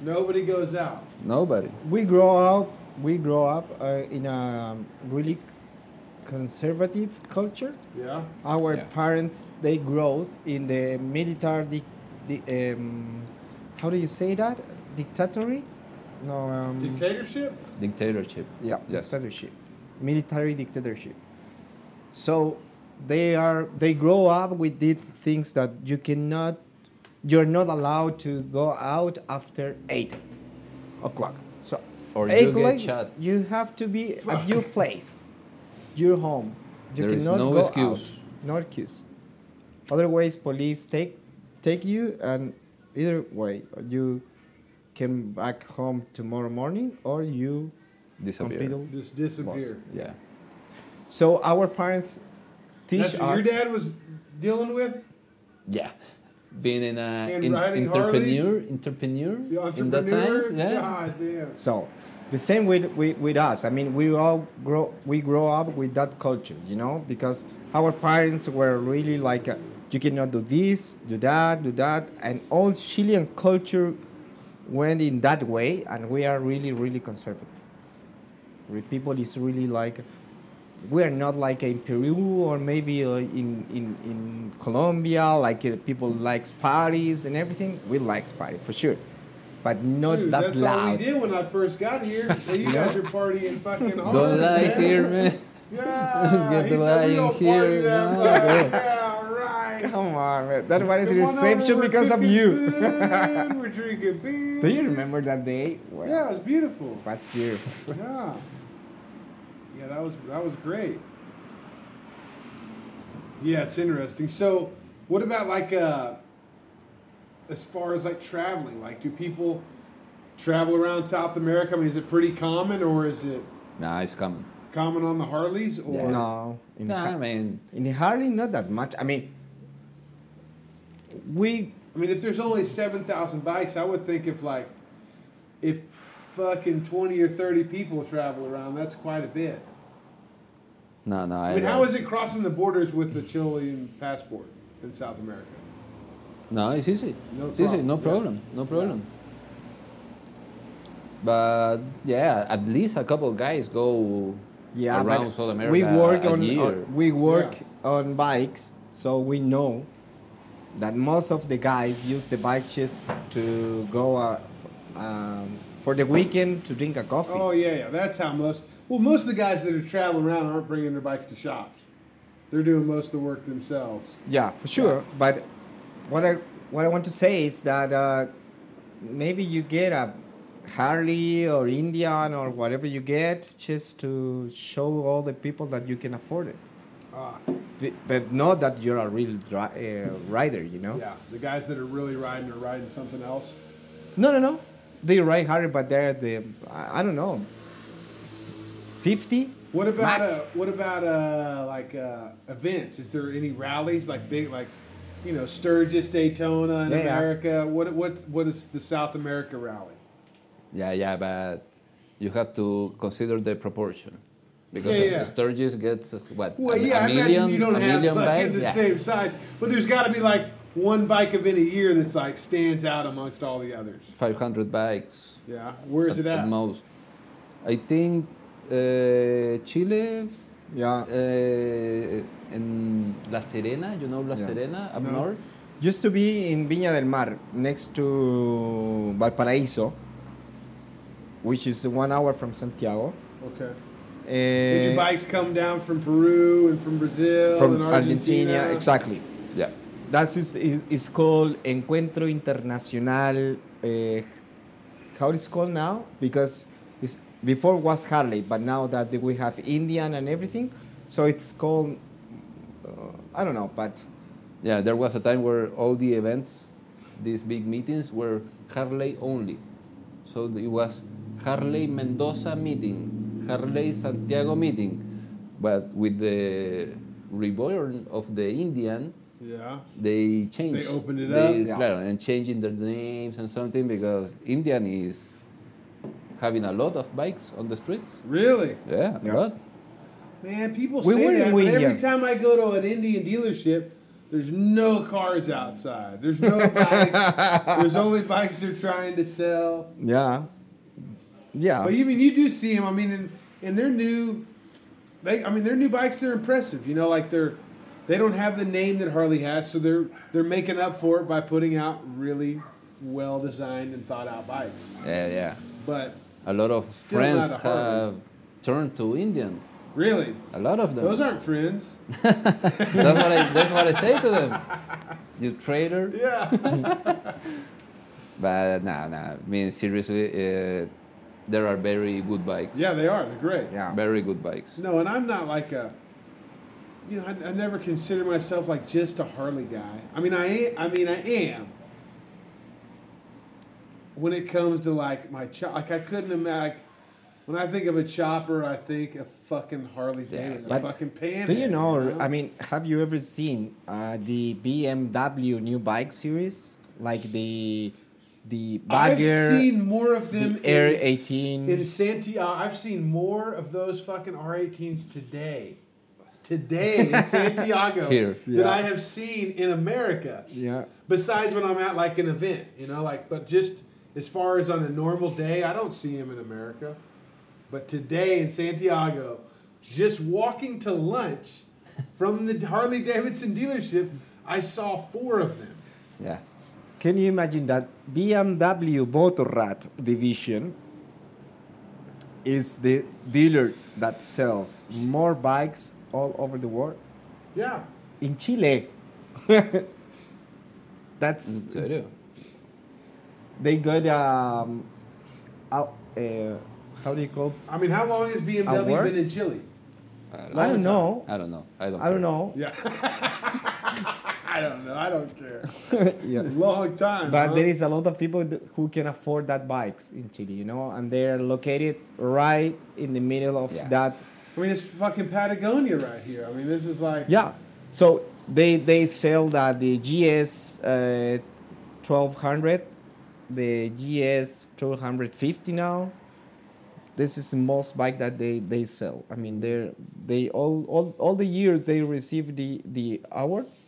Nobody goes out. Nobody. We grow up, we grow up uh, in a really conservative culture. Yeah. Our Yeah. parents they grow in the military, di- di- um, how do you say that? Dictatory? No. Um, Dictatorship? Dictatorship. Yeah, Yes. dictatorship, military dictatorship. So they are they grow up with these things that you cannot, you're not allowed to go out after eight o'clock. So Or you eight get o'clock, shot. You have to be Fuck. at your place, your home. You There is cannot no go excuse. out. No excuse. Otherwise, police take take you, and either way, you can back home tomorrow morning, or you Disappear. completely Just disappear. Yeah. So our parents teach That's what us. your dad was dealing with. Yeah. Being in a And in, riding entrepreneur, entrepreneur, The in that entrepreneur. time, yeah. God damn. So the same with, with, with us. I mean, we all grow we grow up with that culture, you know, because our parents were really like, uh, you cannot do this, do that, do that, and all Chilean culture went in that way, and we are really really conservative. We people is really like. We are not like in Peru or maybe uh, in, in, in Colombia, like uh, people likes parties and everything. We likes party for sure, but not Dude, that that's loud. all we did when I first got here. Hey, you guys are partying fucking hard. Don't lie man. here, man. Yeah, Get he the said lying we don't here, party that no. much. Yeah, right. Come on, man. That one is The one over reception we're because of cooking you. food, we're drinking beer. Do you remember that day? Wow, Yeah, it was beautiful. What year? Yeah. Yeah, that was that was great. Yeah, it's interesting. So, what about like uh as far as like traveling? Like do people travel around South America? I mean, is it pretty common or is it Nah, it's coming. common on the Harleys or No. In, Nah, I Har- mean, in Harley, not that much. I mean, we. I mean, if there's only 7,000 bikes, I would think if like if fucking 20 or 30 people travel around, that's quite a bit. no, no. I mean, how is it crossing the borders with the Chilean passport in South America? No, it's easy. No it's easy. No problem. Yeah. problem. No problem. But yeah, at least a couple guys go Yeah, but around South America. we work a on, year. on- we work on bikes, so we know that most of the guys use the bike just to go uh, f- um, for the weekend to drink a coffee. Oh yeah, yeah. That's how most. Well, most of the guys that are traveling around aren't bringing their bikes to shops. They're doing most of the work themselves. Yeah, for sure. But what I what I want to say is that uh, maybe you get a Harley or Indian or whatever you get just to show all the people that you can afford it. Ah, B- But not that you're a real dri- uh, rider, you know? yeah. The guys that are really riding are riding something else. No, no, no. They ride Harley, but they're the, I I don't know, 50? What about Max. uh, what about uh, like uh, events? Is there any rallies like big like, you know, Sturgis, Daytona, in Yeah, yeah. America? What what what is the South America rally? Yeah, yeah, but you have to consider the proportion. Because Yeah, yeah. Sturgis gets what? Well, a, a yeah, I million, imagine you don't a have million fucking bags? the Yeah. same size, but there's got to be like one bike event a year that's like stands out amongst all the others. 500 bikes. Yeah, where is at, it at? at most. I think uh, Chile, Yeah. uh, in eh, La Serena, you know La Yeah. Serena up No. north? Used to be in Viña del Mar, next to Valparaíso, which is one hour from Santiago. Okay. And Eh, your bikes come down from Peru and from Brazil from and Argentina, Argentina. exactly. Yeah. That is, is, is called Encuentro Internacional. eh, how it's called now? Because it's, before was Harley, but now that we have Indian and everything, so it's called. Uh, I don't know, but Yeah, there was a time where all the events, these big meetings, were Harley only. So it was Harley Mendoza meeting, Harley Santiago meeting. But with the reborn of the Indian, Yeah. they changed. They opened it up? Yeah. claro, and changing their names and something because Indian is having a lot of bikes on the streets. Really? Yeah, Yeah. a lot. Man, people We say were that, in but every William. time I go to an Indian dealership, there's no cars outside. There's no bikes. There's only bikes they're trying to sell. yeah, yeah. Uh, But you mean you do see them? I mean, and, and their new, they I mean their new bikes they're impressive. You know, like they're they don't have the name that Harley has, so they're they're making up for it by putting out really well designed and thought out bikes. Yeah, yeah. But A lot of Still friends not a Harley. have turned to Indian. really, A lot of them. those aren't friends. That's what I, that's what I say to them. You traitor. Yeah, But no, no. I mean, seriously, uh, there are very good bikes. yeah, they are. They're great. yeah. Very good bikes. No, and I'm not like a. You know, I, I never consider myself like just a Harley guy. I mean, I am, I mean, I am. When it comes to like my child, like I couldn't imagine. Like, When I think of a chopper, I think of fucking Harley Davidson, but fucking pan. Do you know, I mean, have you ever seen uh, the BMW new bike series? Like the the I've Bagger. seen more of them the Air in- 18. in Santiago. I've seen more of those fucking R18s today, today in Santiago Here. than Yeah. I have seen in America. Yeah. Besides when I'm at like an event, you know, like but just as far as on a normal day, I don't see him in America. But today in Santiago, just walking to lunch from the Harley Davidson dealership, I saw four of them. Yeah. Can you imagine that BMW Motorrad division is the dealer that sells more bikes all over the world? Yeah. In Chile. That's Serio? they got um out, uh, how do you call I mean, how long has At work? BMW been in Chile? I don't know. Uh, I don't know. I don't. I don't care. know. Yeah. I don't know. I don't care. yeah. Long time. But huh? there is a lot of people th- who can afford that bikes in Chile, you know, and they're located right in the middle of Yeah. that. I mean, it's fucking Patagonia right here. I mean, this is like. Yeah. So they they sell that the GS uh, 1200, the GS 1250 now. This is the most bike that they, they sell. I mean, they're they all, all all the years they receive the the awards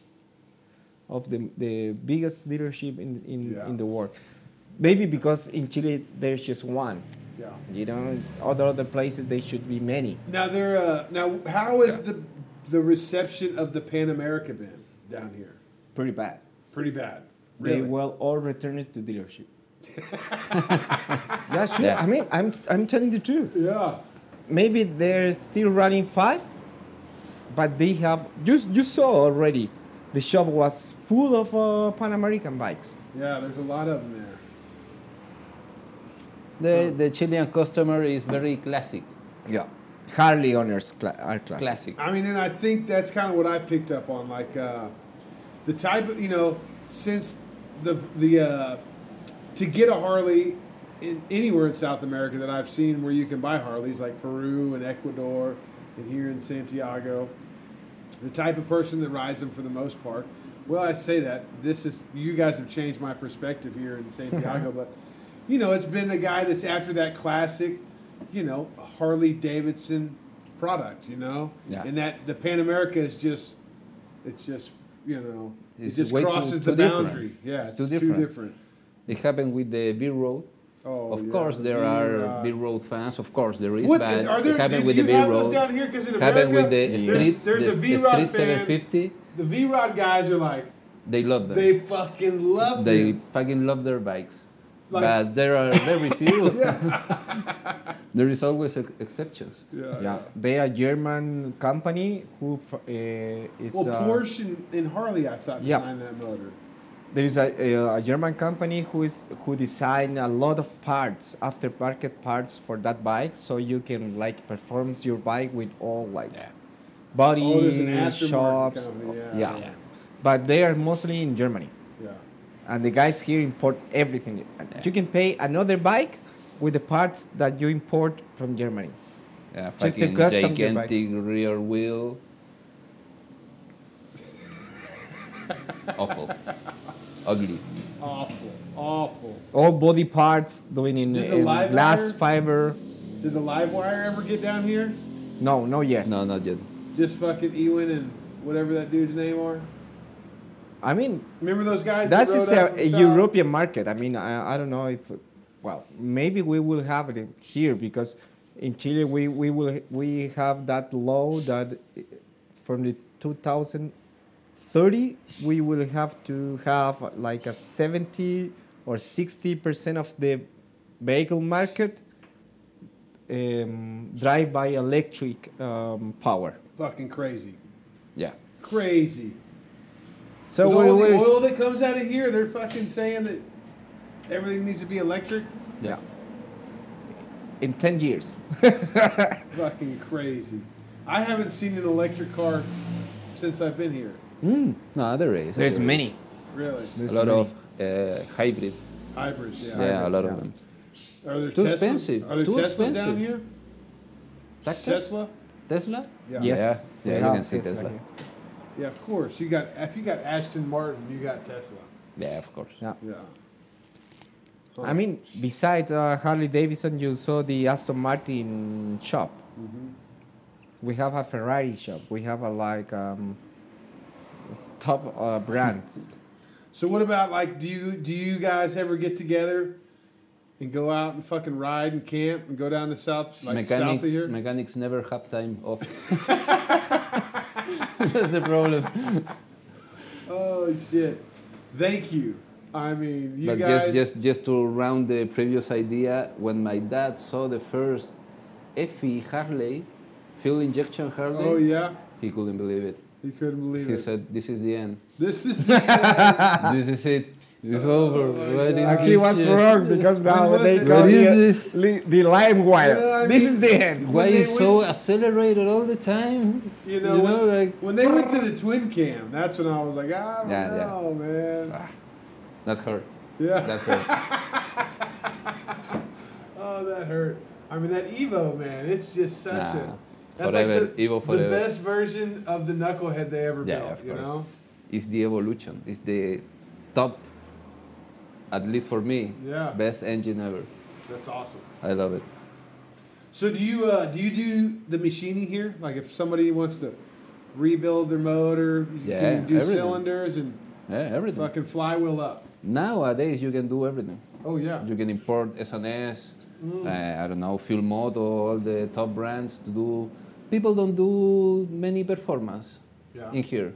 of the the biggest leadership in in, Yeah. in the world. Maybe because in Chile there's just one. yeah. You know, other other places they should be many. Now there. Uh, now, how is the the reception of the Pan America been down here? Pretty bad. Pretty bad. Really. They will all return it to dealership. yeah, sure. Yeah. I mean, I'm I'm telling the truth. yeah. Maybe they're still running five, but they have. You you saw already, the shop was full of uh, Pan American bikes. Yeah. There's a lot of them there. The the Chilean customer is very classic. Yeah, Harley owners cla- are classic. Classic. I mean, and I think that's kind of what I picked up on. Like uh, the type of you know, since the the uh, to get a Harley in anywhere in South America that I've seen where you can buy Harleys, like Peru and Ecuador, and here in Santiago, the type of person that rides them for the most part. Well, I say that this is you guys have changed my perspective here in Santiago, but you know it's been the guy that's after that classic, you know Harley Davidson product, you know, Yeah. and that the Pan America is just it's just you know It's it just way too- crosses too the different. boundary. Yeah, It's it's, too too different. different. It happened with the B road. Oh, of yeah, course, the there B- are uh, B road fans. Of course, there is. What but are there? it happened do with you the B have those road. down here? Because in America, Happened with the there's, street. there's the, a the V Rod street fan. 750. The V Rod guys are like They love them. they fucking love They them. fucking love their bikes. Like- but there are very few. there is always ex- exceptions. Yeah. Yeah, they are German company who f- uh, is. Well, uh, Porsche and, and Harley, I thought Yeah. designed that motor. There is a, a, a German company who is who design a lot of parts, aftermarket parts for that bike, so you can like perform your bike with all like body Oh, there's an aftermarket shops. company, yeah. yeah. Yeah. but they are mostly in Germany, Yeah. and the guys here import everything. And You can pay another bike with the parts that you import from Germany. Yeah, to fucking custom the bike. gigantic rear wheel. Awful. Ugly. Awful. Awful. All body parts doing in, Did the in live glass wire- fiber. Did the live wire ever get down here? No, no yet. No, not yet. Just fucking Ewan and whatever that dude's name are. I mean, Remember those guys? That's that just rode up a, from a south? European market. I mean, I, I don't know if, well, maybe we will have it here because in Chile we, we will we have that law that from the 2030 we will have to have like a 70 or 60 percent of the vehicle market um, drive by electric um, power. Fucking crazy. Yeah. Crazy. So With we all the will oil that comes out of here, they're fucking saying that everything needs to be electric. Yeah. in 10 years. Fucking crazy. I haven't seen an electric car since I've been here. No, there is. There's there is. many. Really. A lot of uh, hybrid. Hybrids, yeah. Yeah, a lot yeah. of them. Are there Too Teslas? expensive. Are there Too Teslas down expensive. here? Texas? Tesla? Tesla? Yeah. Yes. Yeah, we you have can see Tesla. here. Yeah, of course. You got if you got Ashton Martin, you got Tesla. Yeah, of course. Yeah. Yeah. I mean, besides uh, Harley Davidson, you saw the Aston Martin shop. Mm-hmm. We have a Ferrari shop. We have a like um, top uh, brands. So what about like do you do you guys ever get together and go out and fucking ride and camp and go down to south like south mechanics, of here? mechanics never have time off. That's the problem. oh shit. Thank you. I mean you but guys just, just, just to round the previous idea, when my dad saw the first Effie Harley, fuel injection Harley, Oh yeah? he couldn't believe it. You couldn't believe He it. said, "This is the end. this is the this is it. It's Oh over." What is Actually, this what's shit? wrong because now was they it? call What is it this? li- the lime wire. Yeah, I this mean- is the end. Why When they is so went- accelerated all the time? you know, when, like when they went to the twin cam, that's when I was like, I don't Yeah, yeah. know, man. that hurt. Yeah. That hurt. Oh, that hurt. I mean, that Evo, man, it's just such Nah. a. That's Forever. like the, Evo the forever. best version of the knucklehead they ever Yeah, built, of you course. know? it's the evolution. It's the top, at least for me, Yeah. best engine ever. That's awesome. I love it. So do you uh, do you do the machining here? Like if somebody wants to rebuild their motor, you Yeah, can you do everything. cylinders and Yeah, everything. fucking flywheel up. Nowadays, you can do everything. Oh yeah. You can import SNS, uh, I don't know, Fuel Moto, all the top brands to do. People don't do many performance Yeah. in here.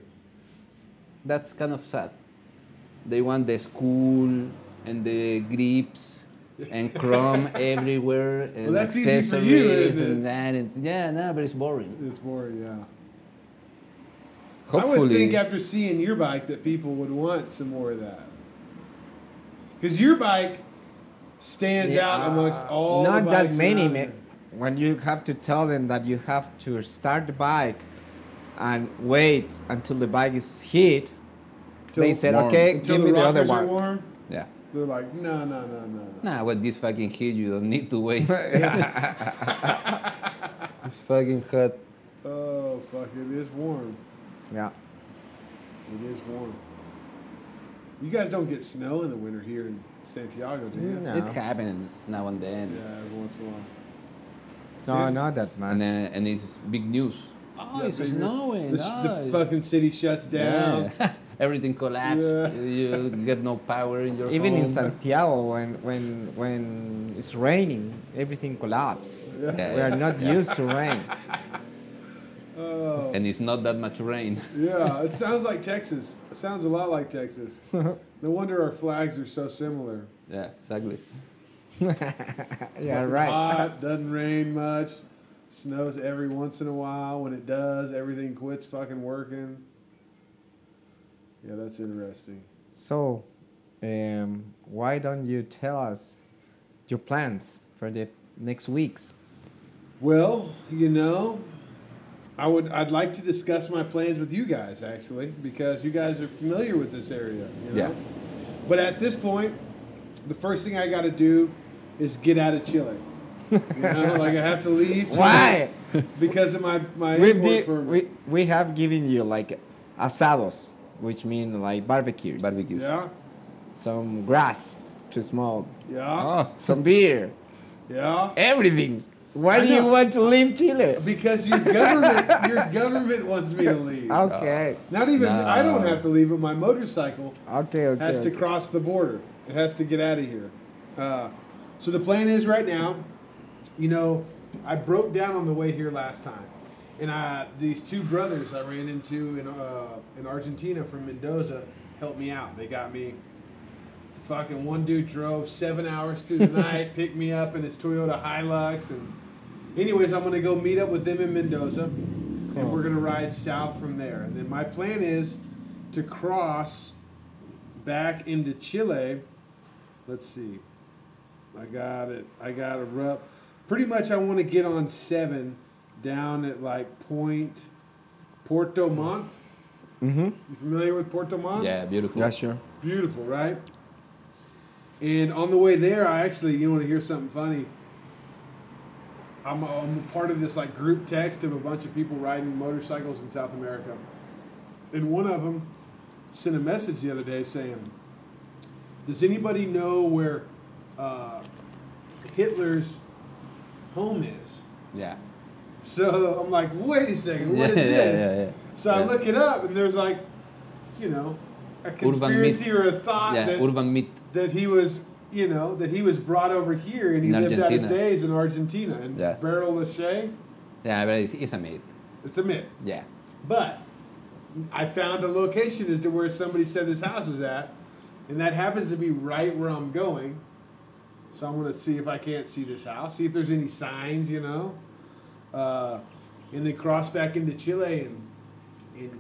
That's kind of sad. They want the school and the grips and chrome everywhere and that's easy for accessories you, isn't it? and that. And, yeah, no, but it's boring. It's boring, yeah. Hopefully, I would think after seeing your bike that people would want some more of that. Because your bike stands out amongst all uh, Not the that bikes many, around man. here. When you have to tell them that you have to start the bike and wait until the bike is heat, they Till- said, warm. "Okay, Until give the, me the other rockers are one." warm, yeah. they're like, no, no, no, no, no. Nah, with this fucking heat, you don't need to wait. it's fucking hot. Oh fuck! It is warm. Yeah. It is warm. You guys don't get snow in the winter here in Santiago, do you? No. It happens now and then. Yeah, every once in a while. No, Seriously? not that much. And then and it's big news. Oh, Yeah, it's but you're- snowing. The, oh, the it's- fucking city shuts down. Yeah. Everything collapsed. Yeah. You get no power in your Even in home. Santiago, when when when it's raining, everything collapses. Yeah, We are yeah, not yeah. used to rain. Oh, And it's not that much rain. yeah. It sounds like Texas. It sounds a lot like Texas. no wonder our flags are so similar. Yeah, exactly. yeah, right. Hot, doesn't rain much. Snows every once in a while. When it does, everything quits fucking working. Yeah, that's interesting. So, um, why don't you tell us your plans for the next weeks? Well, you know, I would I'd like to discuss my plans with you guys actually because you guys are familiar with this area. You know? Yeah. But at this point, the first thing I got to do is get out of Chile. You know, like I have to leave. Chile Why? Because of my my We've import di- permit. we, we have given you like asados, which mean like barbecues, Barbecue. yeah, some grass to smoke, yeah, Oh, some beer, yeah. everything. Why I do you know. want to leave Chile? Because your government your government wants me to leave. Okay, Not even I don't No. have to leave, but my motorcycle okay, okay. has to okay. cross the border. It has to get out of here. Uh, so the plan is right now. You know, I broke down on the way here last time, and I these two brothers I ran into in uh, in Argentina from Mendoza helped me out. They got me. Fucking one dude drove seven hours through the night, picked me up in his Toyota Hilux, and anyways, I'm gonna go meet up with them in Mendoza, and we're gonna ride south from there. And then my plan is to cross back into Chile. Let's see. I got it. I got a rep. Pretty much, I want to get on seven down at like Point Porto Montt. Mm-hmm. You familiar with Porto Montt? yeah, beautiful. Yeah, sure. Beautiful, right? And on the way there, I actually, you want to hear something funny? I'm, I'm a part of this like group text of a bunch of people riding motorcycles in South America, and one of them sent a message the other day saying, "Does anybody know where uh, Hitler's home is?" Yeah. So I'm like, "Wait a second, what is Yeah, yeah, this?" yeah, yeah. So I Yeah. look it up, and there's like, you know, a myth. conspiracy or a thought yeah, that urban myth. that he was, you know, that he was brought over here and he In lived out his Argentina. days in Argentina. And Yeah. Barrel Lachey, Yeah, but it's, it's a myth. it's a myth. Yeah. But I found a location as to where somebody said this house was at, and that happens to be right where I'm going. So I'm gonna see if I can't see this house, see if there's any signs, you know, uh, and then cross back into Chile and and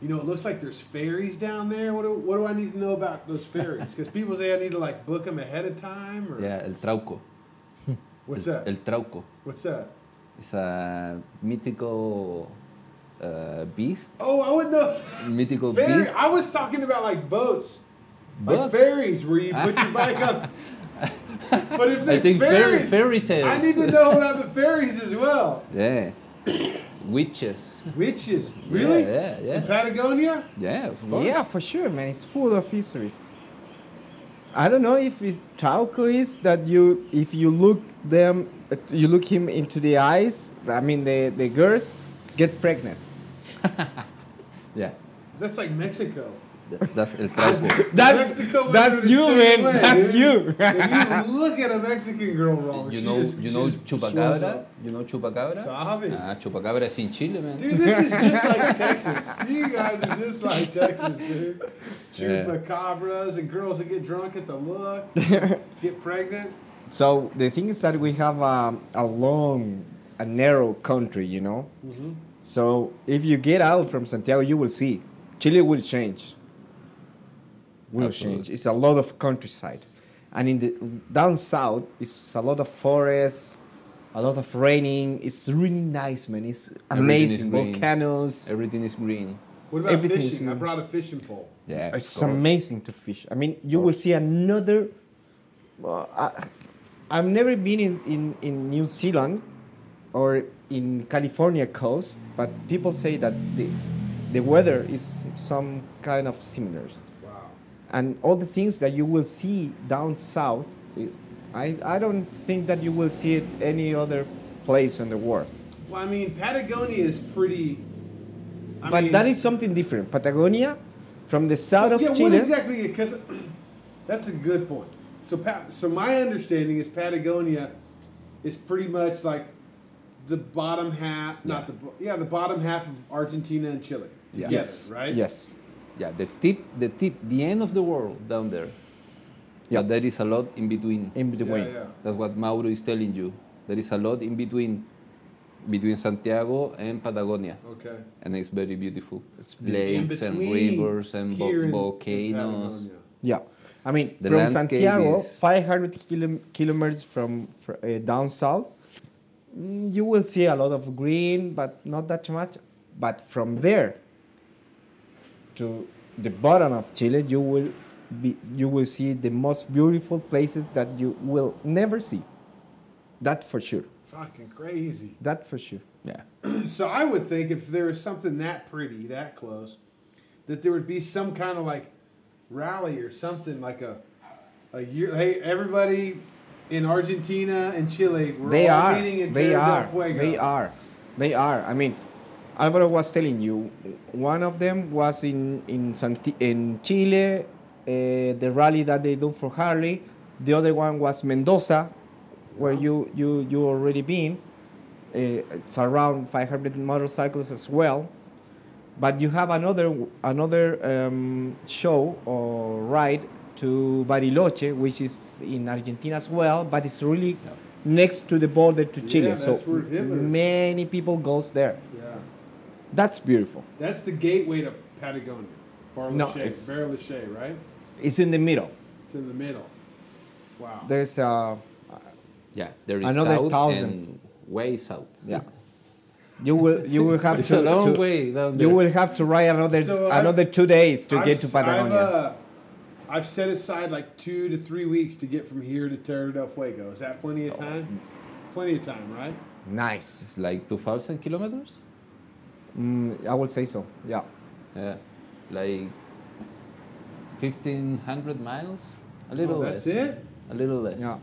you know it looks like there's ferries down there. What do, what do I need to know about those ferries? Because people say I need to like book them ahead of time or Yeah, El Trauco. what's el, that? El Trauco. What's that? It's a mythical uh, beast. Oh, I would know. Mythical Ferry. beast. I was talking about like boats, like Boats? ferries where you put your bike up. But if I there's think fairy, ferries, fairy tales. I need to know about the ferries as well. Yeah. Witches. Witches, really? Yeah, yeah, In yeah. Patagonia? Yeah. Yeah, for sure, man. It's full of histories. I don't know if it's Trauco is that you if you look them you look him into the eyes. I mean the the girls get pregnant. Yeah. That's like Mexico. Th- That's El Trauco. That's Mexico went that's through the you, same man. way, that's dude. you. If you look at a Mexican girl wrong, you she know, just- you she know just swirls chupacabra. up. You know chupacabra. Sabe. Ah, chupacabra is in Chile, man. Dude, this is just like Texas. You guys are just like Texas, dude. Yeah. Chupacabras and girls that get drunk at the look, get pregnant. so the thing is that we have a, a long, a narrow country, you know. Mm-hmm. So if you get out from Santiago, you will see Chile will change. Will Absolutely. change. It's a lot of countryside, and in the down south, it's a lot of forests, a lot of raining. It's really nice, man. It's Everything is amazing. green. Volcanoes. Everything is green. What about Everything's fishing? I new. brought a fishing pole. Yeah. of It's course. amazing to fish. I mean, you will see another. Uh, I, I've never been in, in, in New Zealand or in California coast, but people say that the, the weather is some kind of similar. Wow. And all the things that you will see down south, is, I, I don't think that you will see it any other place in the world. Well, I mean, Patagonia is pretty. I but mean, that is something different. Patagonia, from the south so- of yeah, Chile. What exactly? Because that's a good point. So, pa- so my understanding is Patagonia is pretty much like the bottom half, not the bo- yeah, the bottom half of Argentina and Chile Yeah. together, yes. right? Yes. Yeah, the tip, the tip, the end of the world down there. Yeah, Yeah. there is a lot in between. In Yeah, between. yeah. That's what Mauro is telling you. There is a lot in between, between Santiago and Patagonia, Okay. and it's very beautiful. In Lakes and between rivers and vo- here and volcanoes. Patagonia. Yeah, I mean The from landscape Santiago, is- 500 kilo- kilometers from fr- uh, down south, mm, you will see a lot of green, but not that much. But from there to the bottom of Chile, you will be you will see the most beautiful places that you will never see. That for sure. Fucking crazy. That for sure. Yeah, So I would think if there was something that pretty, that close, that there would be some kind of like rally or something like a a year. Hey, everybody in Argentina and Chile, we're they all are. meeting in They Tierra del are. Fuego. They are. They are. I mean, Alvaro was telling you, one of them was in in Santi- in Chile, uh, the rally that they do for Harley. The other one was Mendoza, where you you you already been. Uh, it's around 500 motorcycles as well. But you have another another um, show or ride to Bariloche, which is in Argentina as well, but it's really Yeah. next to the border to Chile. that's so where Hitler is. many people goes there. Yeah, That's beautiful. that's the gateway to Patagonia. Bar No, Lachey, it's- Bar Lachey, right? It's in the middle. It's in the middle. Wow. There's uh, yeah. There is Another south thousand. and way south. yeah. You will you will have It's a to, long to- way down you there. will have to ride another So I've- another two days to I've get to s- I've, Patagonia. uh, I've set aside like two to three weeks to get from here to Terra del Fuego. Is that plenty Oh. of time? Plenty of time, right? Nice. It's like 2,000 kilometers? Mm, I would say so. Yeah. Yeah. Like 1,500 miles? A little Oh, less. that's it. A little less. Yeah.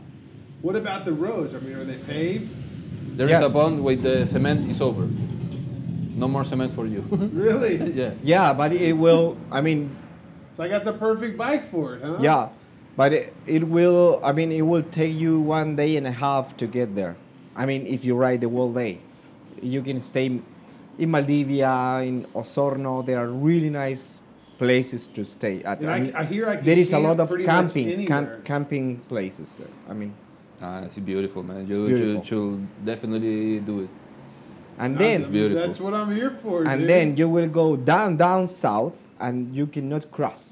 What about the roads? I mean, are they paved? There is Yes. a bond where the cement is over. No more cement for you. Mm-hmm. Really? yeah. Yeah, but it will. I mean, So I got the perfect bike for it, huh? yeah, but it, it will. I mean, it will take you one day and a half to get there. I mean, if you ride the whole day, you can stay in Maldivia, in Osorno. There are really nice places to stay. At. And I- I hear I can there is a camp lot of pretty much camping, anywhere. camp, camping places. There. I mean, Ah, it's beautiful, man. It's You, beautiful. You should definitely do it. and I'm- then beautiful. That's what I'm here for. and dude. then you will go down down south and you cannot cross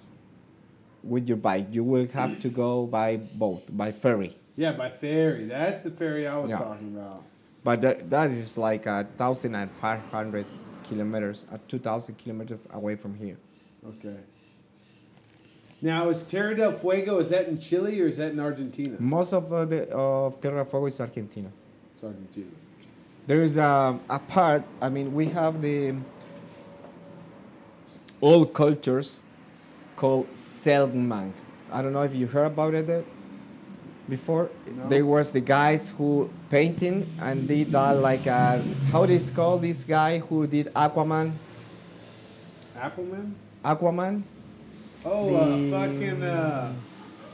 with your bike you will have to go by boat by ferry yeah, by ferry. That's the ferry I was Yeah. talking about. but that, that is like a thousand and five hundred kilometers uh, two thousand kilometers away from here Okay. Now is Terra del Fuego? Is that in Chile or is that in Argentina? most of uh, the of terra fuego is argentina It's Argentina. there is a, a part i mean we have the all cultures called selmang i don't know if you heard about it uh, before No. there was the guys who painting and did that like a, how it is called this guy who did aquaman Appleman? aquaman Oh, The- uh, fucking uh,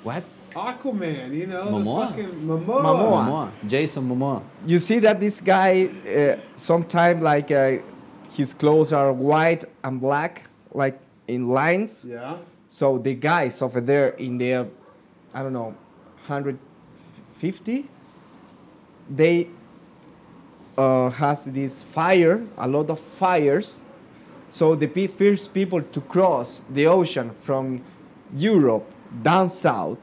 What? Aquaman. You know Momoa. the fucking Momoa. Momoa. Momoa. Jason Momoa. you see that this guy uh, sometime like uh, his clothes are white and black like in lines Yeah. So the guys over there in their, I don't know, 150, they uh, has this fire, a lot of fires. So the pe- first people to cross the ocean from Europe down south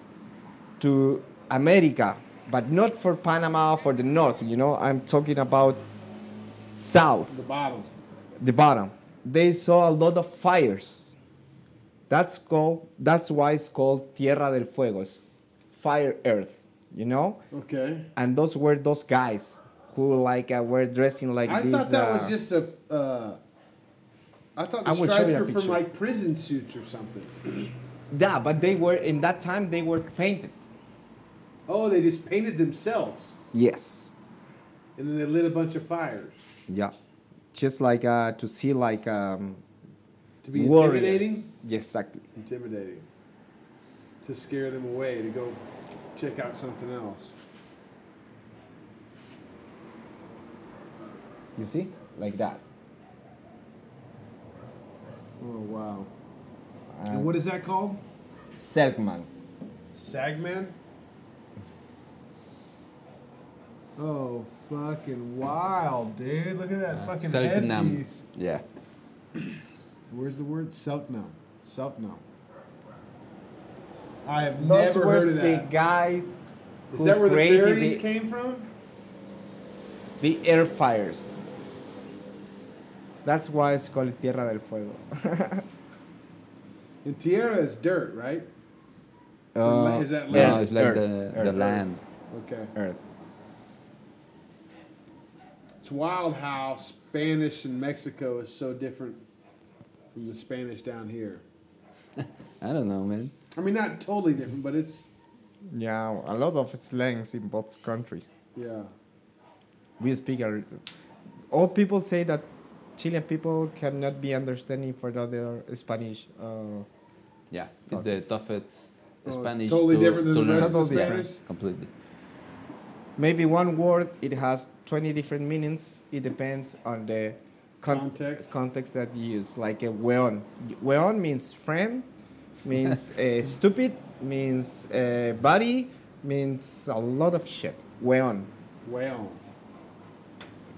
to America, but not for Panama, for the north, you know, I'm talking about south The bottle. the bottom they saw a lot of fires that's called that's why it's called tierra del fuego it's fire earth you know Okay. and those were those guys who like uh, were dressing like I this thought that uh, was just a. Uh, I thought the I will show stripes you a were from picture. like prison suits or something. yeah but they were in that time they were painted Oh, they just painted themselves yes and then they lit a bunch of fires yeah just like uh, to see like um to be warriors. intimidating. yes exactly Intimidating. To scare them away to go check out something else. you see like that Oh wow! uh, And what is that called? selkman Sagman? Oh, fucking wild, dude. Look at that fucking Selknam. headpiece. Yeah. Where's the word? Selknam. Selknam. I have those never were heard of the that. guys Is who that where the created fairies the- came from? The air fires. That's why it's called Tierra del Fuego. And Tierra is dirt, right? Uh, is that No, land? it's like Earth, the, Earth, the Earth. land. Okay. Earth. It's wild how Spanish in Mexico is so different from the Spanish down here. I don't know, man. I mean, not totally different, but it's, Yeah, a lot of slangs in both countries. yeah. We speak a, all people say that Chilean people cannot be understanding for the other Spanish. Uh, Yeah. It's Talk. the toughest Oh, it's Spanish totally to, different than to the learn. rest of the Yeah, Spanish? Completely. maybe one word it has twenty different meanings. It depends on the Context. context that you use. Like a weon. Weon means friend, means uh, stupid, means uh, buddy, means a lot of shit. Weon. Well,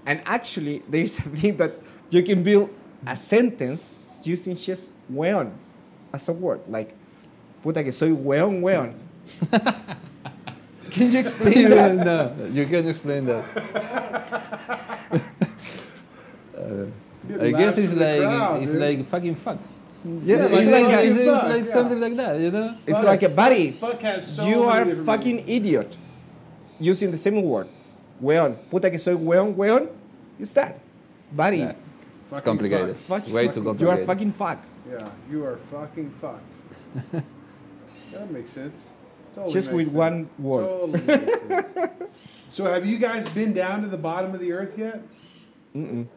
And actually, there is a thing that you can build a sentence using just weon as a word. Like, puta que soy weon, weon. can you explain that? no, you can explain that. I guess it's like it's like fucking fuck. Yeah, it's it's like, like- it's fuck, like yeah. something like that, you know? It's like a buddy. Fuck has so you many are different fucking meanings. idiot. Using the same word. Weón. Puta que soy weón, weón. It's that. Buddy. Yeah. It's Fucking complicated. Fuck, Way fuck, too You complicated. are fucking fuck. Yeah, you are fucking fucked. that makes sense. Totally Just makes with sense. one word. Totally makes sense. so, have you guys been down to the bottom of the earth yet? Tierra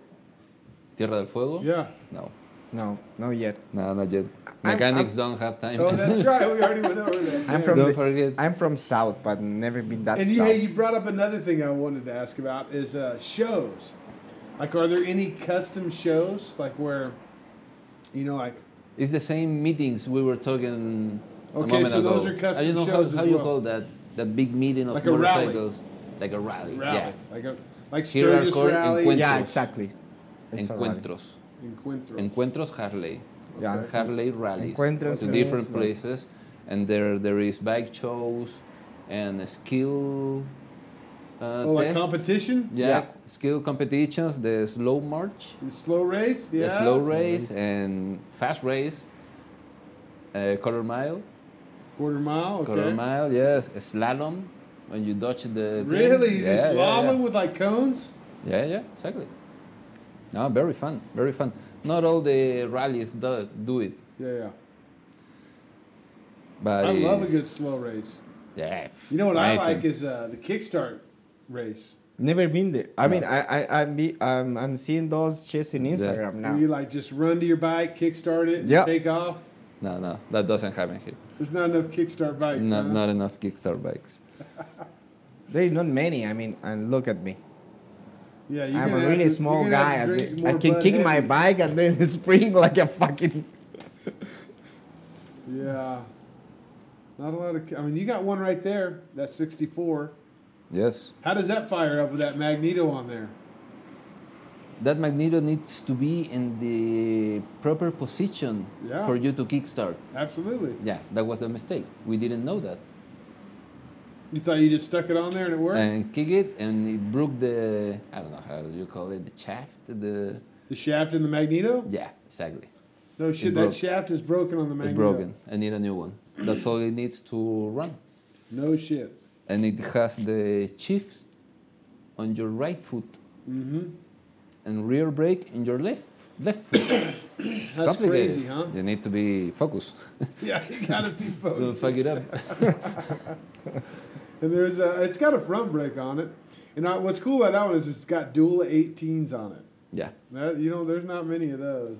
del Fuego? Yeah. No. No, not yet. No, not yet. I'm- Mechanics don't have time. Oh, that's right. We already went over that. I'm Yeah. from Don't the- forget. I'm from South, but never been that And you, South. hey, you brought up another thing I wanted to ask about is uh, shows. Like, are there any custom shows? Like where, you know, like it's the same meetings we were talking. a Okay, moment so ago. those are custom I don't know shows how, as how you well. call that. The big meeting of Like a rally. motorcycles. Like a rally. rally, Yeah. like a, like Here are Sturgis called Rally yeah, encuentros. exactly. It's a rally. Encuentros. and Quintro. Encuentros Harley. Yeah, Okay. Harley rallies Encuentros to rallies, different yeah. places, and there there is bike shows and skill. Uh, oh, like tests. competition, Yeah, Yeah. skill competitions. The slow march, The slow race, yeah, the slow race, and fast race. Uh, quarter mile, quarter mile, okay. quarter mile. Yes, a slalom when you dodge the. thing. Really, Yeah, you yeah, slalom yeah. with like cones? Yeah, yeah, exactly. No, very fun, very fun. Not all the rallies do, do it, Yeah, yeah. but I love a it's- good slow race. Yeah. You know what I amazing. like is uh, the kickstart race. Never been there. I mean, I, I, I'm, be, I'm, I'm seeing those shits in Instagram Where you now. like just run to your bike, kickstart it, and Yeah. take off. No, no, that doesn't happen here. There's not enough kickstart bikes. Not, huh? not enough Kickstarter bikes. There's not many. I mean, and look at me. Yeah, you're I'm gonna a have really to- small you're gonna guy. have I, to mean, drink I more can Bud kick my Heavy. bike and then spring like a fucking. Yeah, not a lot of. I mean, you got one right there. That's 64. Yes. How does that fire up with that magneto on there? That magneto needs to be in the proper position Yeah. for you to kickstart. Absolutely. Yeah, that was the mistake. We didn't know that. You thought you just stuck it on there and it worked? And kick it, and it broke the, I don't know how you call it, the shaft? The, the shaft in the magneto? yeah, exactly. No It shit. broke. That shaft is broken on the magneto. It's broken. I need a new one. That's all it needs to run. No shit. And it has the shifts on your right foot Mm-hmm. and rear brake in your left, left foot. That's complicated. crazy, huh? You need to be focused. Yeah, you gotta be Don't focused. fuck it up. And there's a, it's got a front brake on it. And I, what's cool about that one is it's got dual 18s on it. Yeah. That, you know, there's not many of those.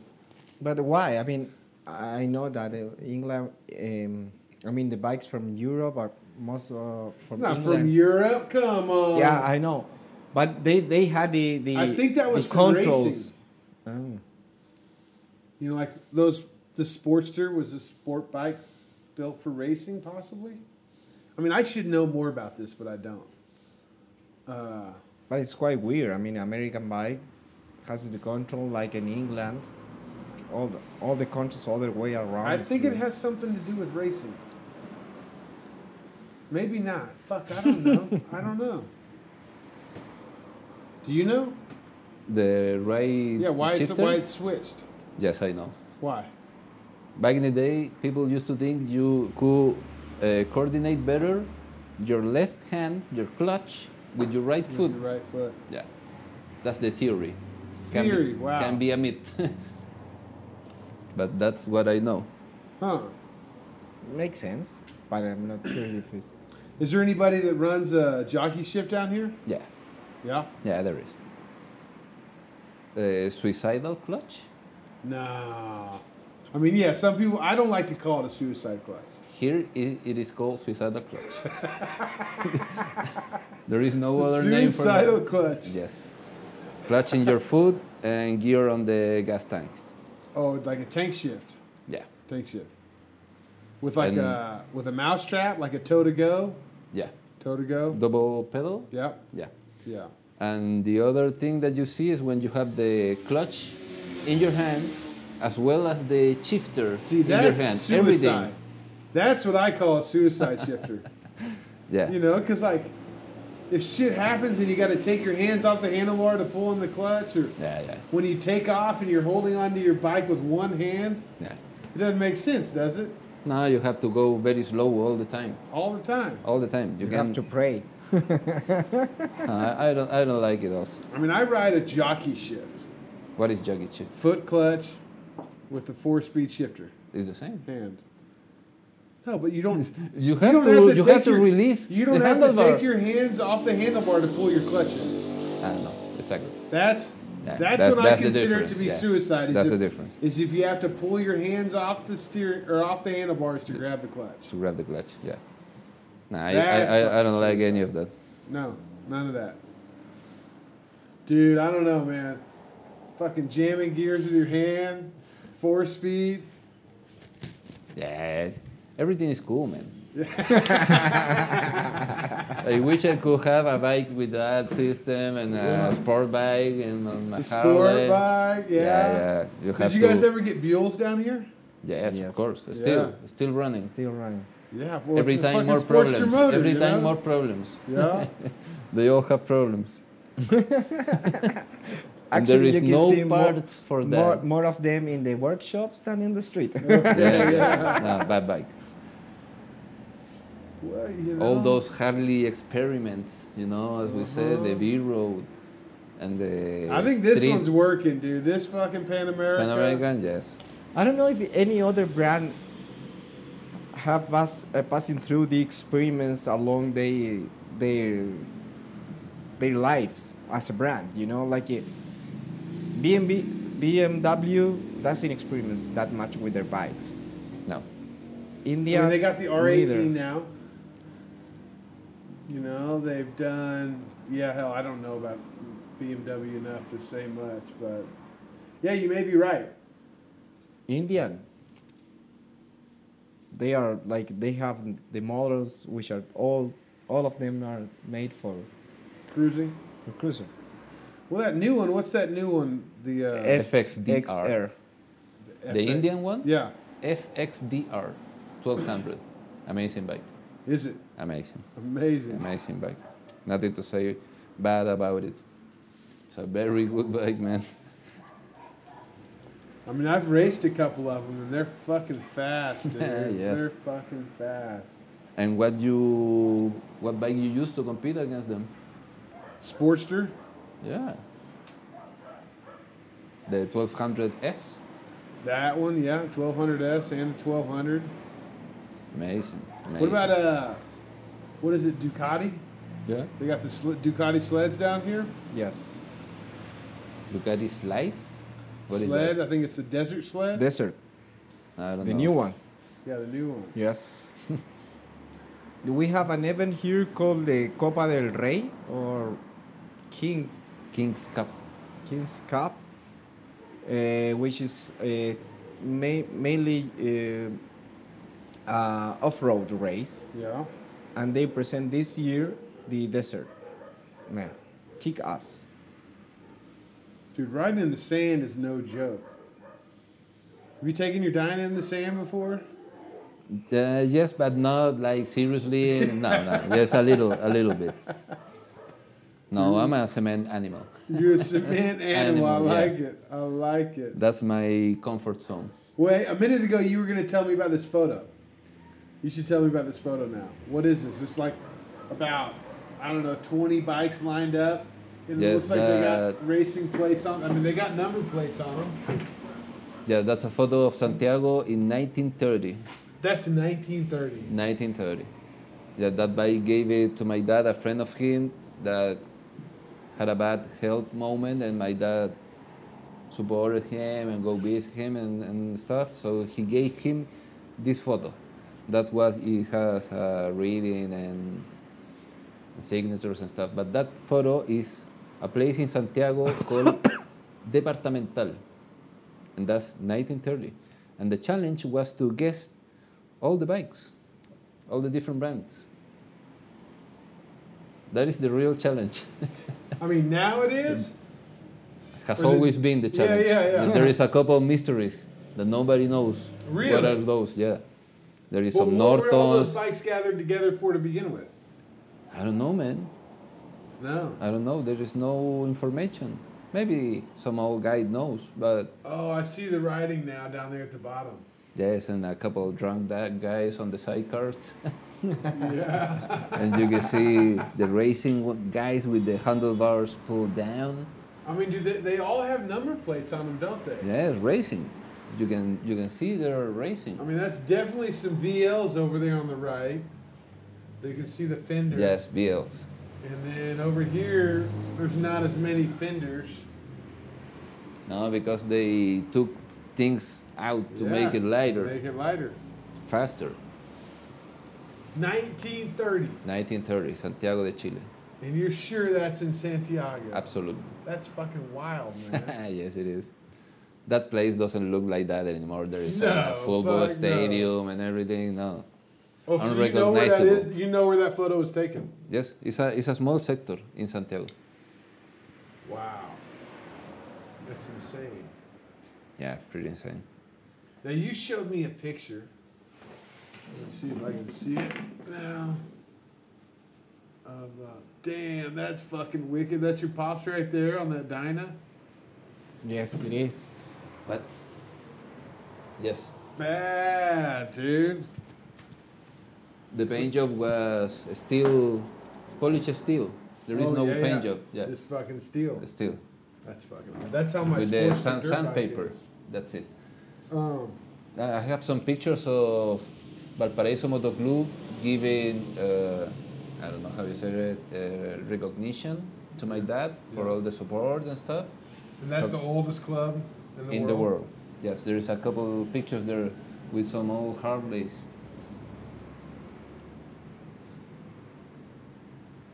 But why? I mean, I know that uh, England. Um, I mean, the bikes from Europe are most uh, It's from not England. from Europe. Come on. Yeah, I know. But they, they had the, the I think that the was for controls. racing. Oh. You know, like those. The Sportster was a sport bike built for racing, possibly. I mean, I should know more about this, but I don't. Uh, But it's quite weird. I mean, American bike has the control like in England. All the all the countries all the way around. I is think it weird. has something to do with racing. Maybe not. Fuck, I don't know. I don't know. Do you know? The right. Yeah, why it's shifter? why it's switched? Yes, I know. Why? Back in the day, people used to think you could uh, coordinate better your left hand, your clutch, with your right With foot. your right foot. Yeah, that's the theory. be- Theory, wow. Can be a myth. but that's what I know. Huh. makes sense, but I'm not sure if it's Is there anybody that runs a jockey shift down here? Yeah, Yeah. yeah, there is. Uh, suicidal clutch. Nah. I mean, yeah, some people, I don't like to call it a suicide clutch. Here i it is called suicidal clutch. there is no other name for it. Suicidal clutch. Yes. Clutching your foot and gear on the gas tank. Oh, like a tank shift. Yeah. Tank shift. With like And- a, with a mouse trap, like a toe to go. Yeah. Toe to go. Double pedal. Yeah. Yeah. Yeah. And the other thing that you see is when you have the clutch in your hand as well as the shifter See, in your that's hand. suicide. Everything. That's what I call a suicide shifter. Yeah. You know, because like, if shit happens and you got to take your hands off the handlebar to pull in the clutch, or Yeah, yeah. when you take off and you're holding onto your bike with one hand, Yeah. It doesn't make sense, does it? Now you have to go very slow all the time. All the time. All the time. You, You can. have to pray. Uh, I don't. I don't like it. Also, I mean, I ride a jockey shift, what is jockey shift? foot clutch, with the four-speed shifter It's the same. hand. No, but you don't. You You have don't to. have to you take have to your- release. You don't the have to handlebar. take your hands off the handlebar to pull your clutch in. I don't know Ah, exactly. That's Yeah, that's that- what I that's the consider it to difference, be yeah. suicide. Is That's if, the difference. Is if you have to pull your hands off the steer or off the handlebars to grab the clutch. To grab the clutch. Yeah. Nah, I, I, That's I, I fucking don't like any suicide. of that. No, none of that. Dude, I don't know, man. Fucking jamming gears with your hand, four speed. Yeah. Everything is cool, man. I wish I could have a bike with that system and a sport bike and on my The Harley. sport bike, yeah. yeah, yeah. You Did have you guys to- ever get Buells down here? Yes, Yes. of course. Still, Yeah. still running. Still running. Yeah, well, Every it's a time fucking more Sportster problems. motor, Every you time know? more problems. Yeah. They all have problems. And Actually, there is you can see no more- parts for More, that. more of them in the workshops than in the street. yeah, yeah. No, bad bike. Well, you All know. those Harley experiments, you know, as we said, the B road and the. Uh-huh. I think this street one's uh, working, dude. This fucking Pan America. Pan American, yes. I don't know if any other brand have us uh, passing through the experiments along their their their lives as a brand. You know, like uh, it, BMW, BMW doesn't experiment that much with their bikes. No. India, I mean, they got the R18 neither. now. You know, they've done. Yeah, hell, I don't know about BMW enough to say much, but yeah, you may be right. Indian. They are like they have the models which are all all of them are made for, Cruising. for cruiser. Well, that new one. What's that new one? The uh, FXDR. FXR. The FX. Indian one? Yeah. FXDR 1200. Amazing bike. Is it Amazing. amazing? Amazing bike. Nothing to say bad about it. It's a very good bike, man. I mean, I've raced a couple of them, and they're fucking fast, dude. Yes. They're fucking fast. And what you what bike you use to compete against them? Sportster. Yeah. The 1200S. That one, yeah, 1200S and 1200. Amazing. Amazing. What about uh, what is it, Ducati? yeah? They got the sl- Ducati sleds down here. Yes. Ducati slides? What is sled, that? I think it's the desert sled. Desert. I don't The know. new one. yeah, the new one. Yes. we have an event here called the Copa del Rey or King King's Cup. King's Cup, uh, which is uh, ma- mainly uh, uh, off-road race, Yeah. and they present this year the desert. Man, kick ass. Dude, riding in the sand is no joke. Have you taken your dyna in the sand before? Uh, yes, but not like seriously. No, no. Yes, a little, a little bit. No, I'm a cement animal. You're a cement Animal, animal. I yeah. like it. I like it. That's my comfort zone. Wait, a minute ago you were gonna tell me about this photo. You should tell me about this photo now. What is this? It's like about I don't know twenty bikes lined up, and it Yes, looks like they got that- racing plates on. I mean, they got number plates on them. Yeah, that's a photo of Santiago in 1930. That's 1930. 1930. Yeah, that bike gave it to my dad, a friend of him that had a bad health moment, and my dad supported him and go visit him and, and stuff. So he gave him this photo. That's what it has uh, reading and signatures and stuff. But that photo is a place in Santiago called Departamental, and that's 1930. And the challenge was to guess all the bikes, all the different brands. That is the real challenge. I mean, now it is. Has Or the- always been the Yeah, challenge. yeah, yeah. And there is a couple of mysteries that nobody knows. What Really? are those? Yeah. There is But some what were all those Nortons. bikes gathered together for to begin with? I don't know, man. No. I don't know. There is no information. Maybe some old guy knows, but Oh, I see the writing now down there at the bottom. Yes, and a couple of drunk da- guys on the sidecars. Yeah. and you can see the racing w- guys with the handlebars pulled down. I mean, do they, they all have number plates on them, don't they? Yes, racing. You can you can see they're racing. I mean, that's definitely some VLs over there on the right. They can see the fender. Yes, BLs. And then over here, there's not as many fenders. No, because they took things out to Yeah, make it lighter, Make it lighter. faster. 1930. 1930, Santiago de Chile. And you're sure that's in Santiago? Absolutely. That's fucking wild, man. yes, it is. That place doesn't look like that anymore. There is No, a football fuck no. stadium and everything. No. oh, so you know where that Unrecognizable. is? You know where that photo was taken? Yes, it's a, it's a small sector in Santiago. Wow. That's insane. Yeah, pretty insane. Now you showed me a picture. Let me see if I can see it now. Of uh, damn, that's fucking wicked. That's your pops right there on that Dyna. Yes, it is. But, yes, Bad dude. the paint job was steel, polished steel. There is Oh, no yeah, paint yeah. job. Yeah, Just fucking steel. steel. That's fucking. That's how my With the sports sand, dirt bike sandpaper. is. That's it. Um, I have some pictures of Valparaiso Moto Club giving, uh, I don't know how you say it, uh, recognition to my dad for all the support and stuff and that's the oldest club in the in world. the world. Yes, there is a couple pictures there with some old Harleys.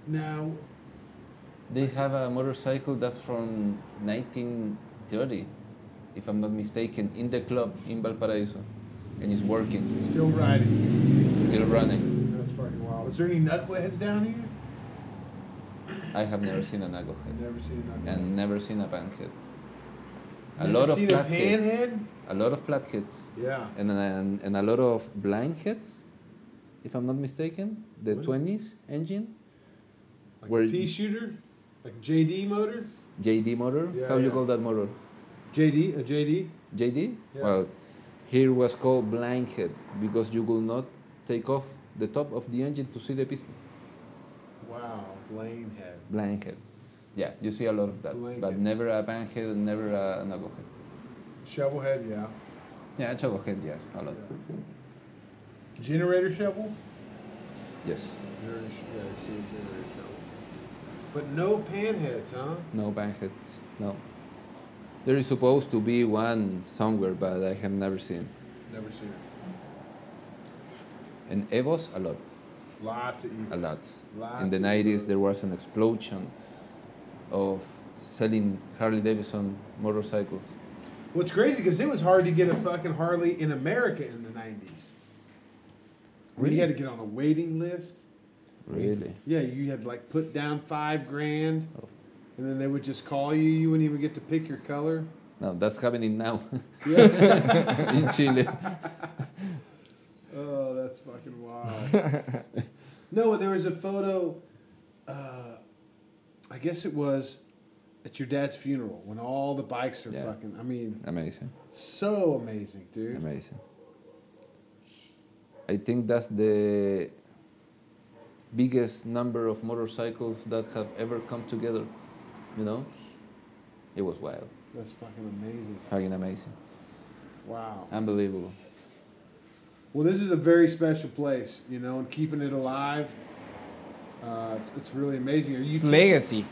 Now, They have a motorcycle that's from 1930, if I'm not mistaken, in the club in Valparaiso, and it's working, still riding. still running. That's fucking wild. Is there any knuckleheads down here? I have never seen a knucklehead. Never seen a knucklehead. and never seen a panhead. A Never lot of seen a flat hits. panhead? A lot of flat hits. Yeah. And, and, and a lot of blind hits, if I'm not mistaken. The What? 20s engine. Like Where- a pea shooter? Like a JD motor? JD motor. Yeah, How you yeah. call that motor? JD? A JD? JD? Yeah. Well, here was called blind head because you could not take off the top of the engine to see the piston. Wow. Blaine head. Blind head. Yeah, you see a lot of that. Blind But head. never a panhead and never a knucklehead. Shovel head, yeah. Yeah, a chucklehead, yes, a lot. Generator shovel? Yes. Generator, sh- yeah, I see a generator shovel. But no panheads, huh? No banquets, no. There is supposed to be one somewhere, but I have never seen. Never seen it. And Evos, a lot, Lots of a evil. lot. Lots In the of 90s, Evos. there was an explosion of selling Harley Davidson motorcycles. What's crazy because it was hard to get a fucking Harley in America in the 90s. Really? You had to get on a waiting list. Really? Yeah, you had to like put down five grand, Oh. and then they would just call you. You wouldn't even get to pick your color. No, that's happening now Yeah. in Chile. oh, that's fucking wild. no, there was a photo. Uh, I guess it was at your dad's funeral when all the bikes are Yeah. fucking. I mean, Amazing, so amazing, dude. amazing. I think that's the biggest number of motorcycles that have ever come together, you know? It was wild. That's fucking amazing. Fucking amazing. Wow. Unbelievable. Well, this is a very special place, you know, and keeping it alive. Uh, it's, it's really amazing. Are you It's teaching- legacy.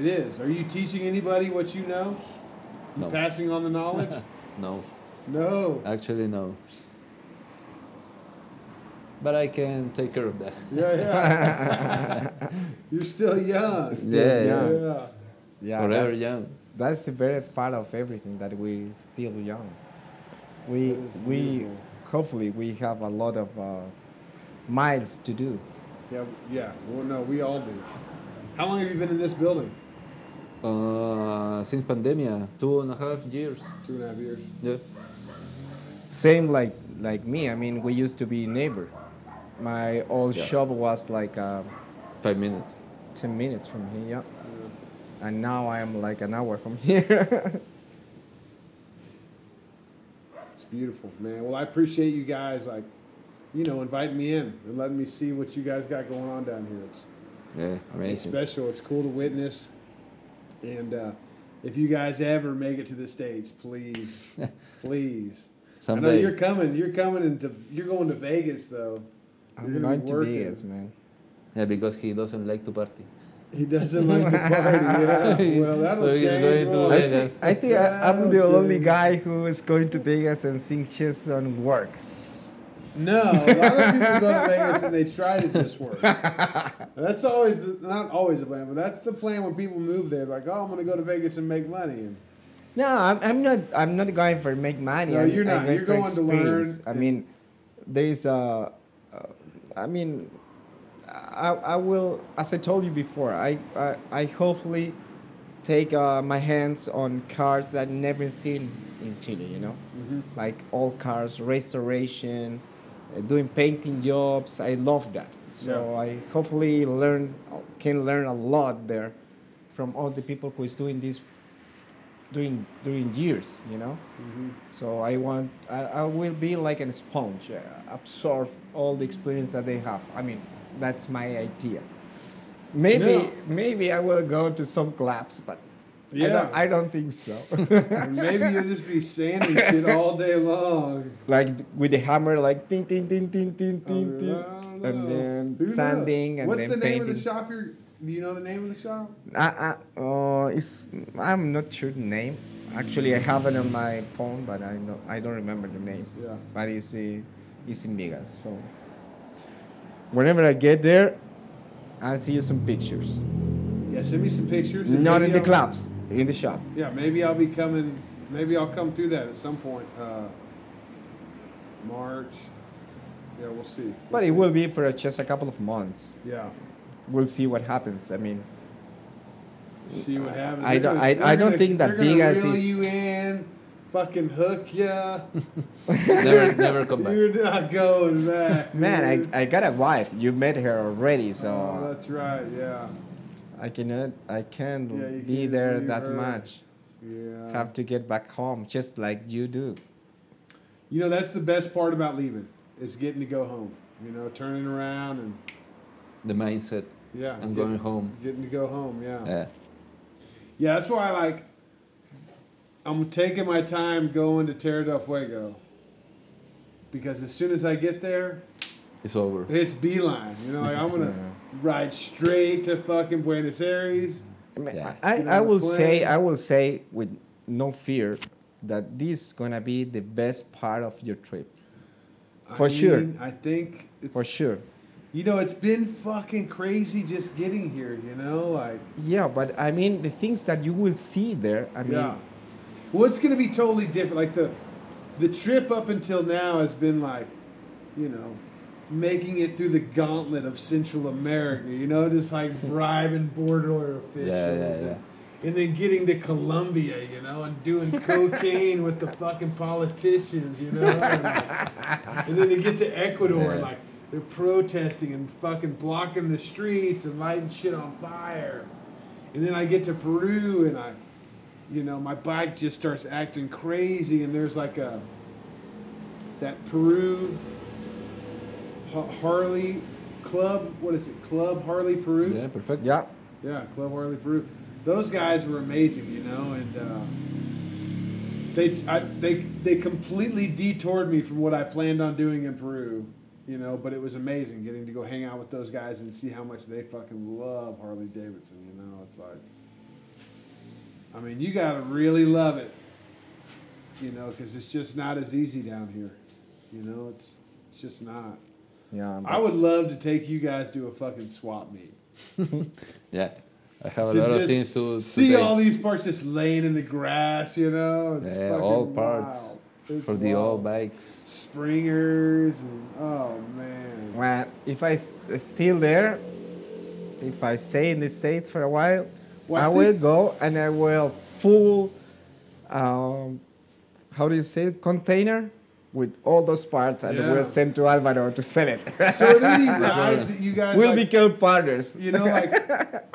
It is. Are you teaching anybody what you know? You No. passing on the knowledge? No, no. actually, no. But I can take care of that. Yeah, yeah. You're still young. yeah, young. yeah. Yeah. Yeah, Forever that- young. that's the very part of everything that we still young. We That is we beautiful. hopefully we have a lot of uh, miles to do. Yeah. Yeah. Well, no, we all do. How long have you been in this building? Uh, since pandemia, two and a half years. Two and a half years. Yeah. Same like like me. I mean, we used to be neighbor. My old shop was like uh, Five minutes. ten minutes from here, yeah. and now I am like an hour from here. It's Beautiful, man. Well, I appreciate you guys, like, you know, inviting me in and letting me see what you guys got going on down here. It's, Yeah, it's amazing. special. It's cool to witness. And uh, if you guys ever make it to the states, please, please. I know Someday. you're coming. You're coming into. You're going to Vegas though. You're I'm gonna be going to working. Vegas, man. Yeah, because he doesn't like to party. He doesn't like to party. Yeah. Well, that'll So he's change. going to won't I it? Vegas. think, I think I, I'm Yeah, the only dude. guy who is going to Vegas and sing shit on work. No, a lot of people go to Vegas and they try to just work. That's always the, not always the plan, but that's the plan when people move there. Like, oh, I'm going to go to Vegas and make money. And No, I'm, I'm not. I'm not going for make money. No, I'm, you're I'm not. You're for going to learn experience. I and- mean, there is a. Uh, I mean, I, I will. As I told you before, I I, I hopefully take uh, my hands on cars that never seen in Chile. You know, like all cars restoration, uh, doing painting jobs. I love that. So Yeah. I hopefully learn can learn a lot there from all the people who is doing this during during years, you know. So I want I, I will be like an sponge, uh, absorb all the experience that they have. I mean, that's my idea. Maybe Yeah. maybe I will go to some clubs, but I, Yeah. don't, I don't think so. and maybe you'll just be sanding shit all day long. like with the hammer, like ting ting ting ting ting I ting don't ting, know. and then Oh, Who knows? sanding and What's then the name painting. of the shop? You're, do you know the name of the shop? I, I, uh, it's, I'm not sure the name. Actually, I have it on my phone, but I know I don't remember the name. Yeah. But it's, uh, it's in Vegas. So whenever I get there, I'll see you some pictures. Yeah, send me some pictures. and Not maybe in the I'll- clubs, in the shop. Yeah, maybe I'll be coming. Maybe I'll come through that at some point. Uh, March. Yeah, we'll see. We'll But see. it will be for just a couple of months. Yeah. We'll see what happens. I mean, See what happens. I They're don't- gonna- I- they're I don't gonna- think that they're gonna Vegas reel is- you in, fucking hook ya. never, never come back. You're not going back, man, dude. I, I got a wife. You met her already, so Oh, that's right. Yeah. I cannot, I can't Yeah, you be can't there leave that her. Uh-huh. much. Yeah. Have to get back home, just like you do. You know that's the best part about leaving is getting to go home. You know, turning around and The mindset. yeah, I'm getting- going home. uh, Getting to go home. Yeah. Yeah, that's why like I'm taking my time going to Terra del Fuego. Because as soon as I get there, It's over. it's beeline. You know, like I'm gonna ride straight to fucking Buenos Aires. I, mean, Yeah. I, Get I on the will say plane. I will say with no fear that this is gonna be the best part of your trip For I sure. mean, I think it's for sure. You know, it's been fucking crazy just getting here. You know, like Yeah, but I mean the things that you will see there. I mean, yeah. Well, it's gonna be totally different. Like the the trip up until now has been like, you know, making it through the gauntlet of Central America. You know, just like bribing border officials. yeah, And, and then getting to Colombia, you know, and doing cocaine with the fucking politicians, you know, and, like- and then to get to Ecuador, and Yeah. like they're protesting and fucking blocking the streets and lighting shit on fire, and then I get to Peru and I, you know, my bike just starts acting crazy, and there's like a that Peru Ha- Harley Club. What is it? Club Harley Peru. Yeah, perfect. yeah. Yeah, Club Harley Peru. Those guys were amazing, you know, and uh, they I, they they completely detoured me from what I planned on doing in Peru, you know. But it was amazing getting to go hang out with those guys and see how much they fucking love Harley Davidson. You know, it's like, I mean, you gotta really love it, you know, because it's just not as easy down here. You know, it's it's just not. Yeah, but I would love to take you guys to a fucking swap meet Yeah. I have a to lot of just things to, to see take all these parts just laying in the grass, you know. It's Yeah, fucking all parts wild. It's for the wild. old bikes. springers and oh man, well, if I s- uh, still there, if I stay in the states for a while, Well, I I, will think- go and I will full, um, how do you say, it? container with all those parts, and Yeah. we'll send to Alvaro to sell it. so are there any rides that you guys we'll like, become partners. You know, like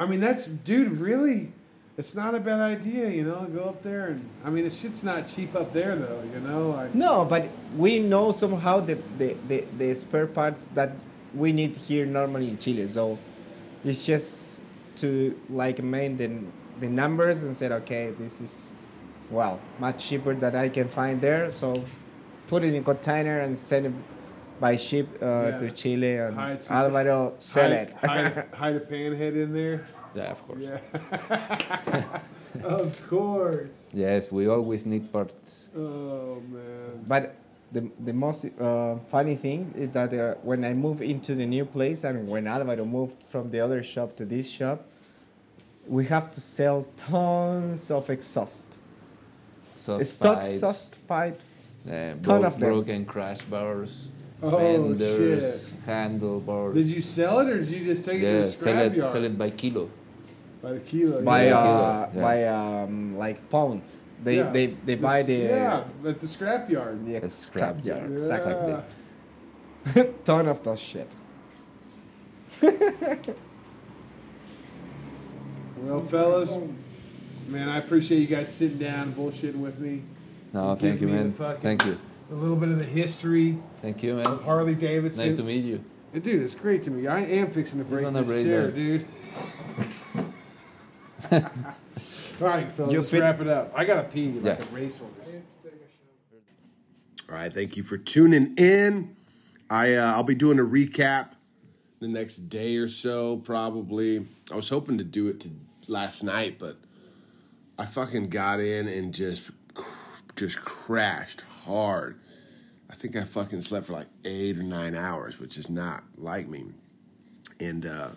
I mean, that's dude, really. it's not a bad idea, you know. Go up there and I mean, the shit's not cheap up there though, you know. Like, No, but we know somehow the, the, the, the spare parts that we need here normally in Chile. So it's just to like main the, the numbers and said, okay, this is well much cheaper that I can find there. So put it in container and send it by ship uh, Yeah. to Chile and Hide some- Alvaro sell hide, it. hide, hide a panhead in there. Yeah, of course. Yeah. of course. Yes, we always need parts. Oh man. But the, the most uh, funny thing is that uh, when I moved into the new place and when Alvaro moved from the other shop to this shop, we have to sell tons of exhaust. Soft Stock pipes, exhaust pipes. uh, ton bro- of them. broken crash bars, Oh, fenders, shit. handlebars. Did you sell it or did you just take yeah, it to the sell it, scrapyard? sell it by kilo. By the kilo. By, a yeah. uh, kilo, yeah. by um, like pound. They, Yeah. they, they buy s- the, uh, Yeah, at the scrapyard. the A scrap yard, Exactly. Yeah. ton of that shit. Well, fellas, man, I appreciate you guys sitting down, bullshitting with me. No, Give thank you, me the man. fucking- Oh, Thank you. A little bit of the history Thank you, of man. Harley Davidson. Nice to meet you. Dude, it's great to meet you. I am fixing to break gonna this break chair, that. dude. All right, fellas, You let's fit- wrap it up. I gotta pee like Yeah. a racehorse. All right, thank you for tuning in. I uh, I'll be doing a recap the next day or so probably. I was hoping to do it to last night, but I fucking got in and just just crashed hard. I think I fucking slept for like 8 or 9 hours, which is not like me. And uh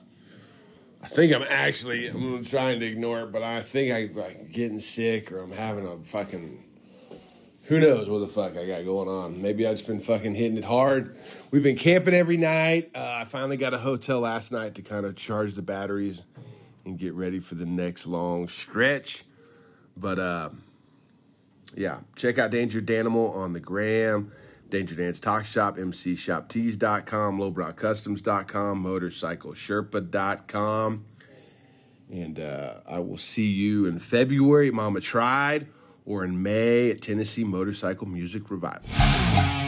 I think I'm actually I'm trying to ignore it, but I think I like getting sick or I'm having a fucking who knows what the fuck I got going on? Maybe I've just been fucking hitting it hard. We've been camping every night. Uh, I finally got a hotel last night to kind of charge the batteries and get ready for the next long stretch. But uh, yeah, check out Danger Danimal on the gram, Danger Dance Talk Shop, MCShopTees.com, LowbrowCustoms.com, MotorcycleSherpa.com. And uh, I will see you in February at Mama Tried or in May at Tennessee Motorcycle Music Revival.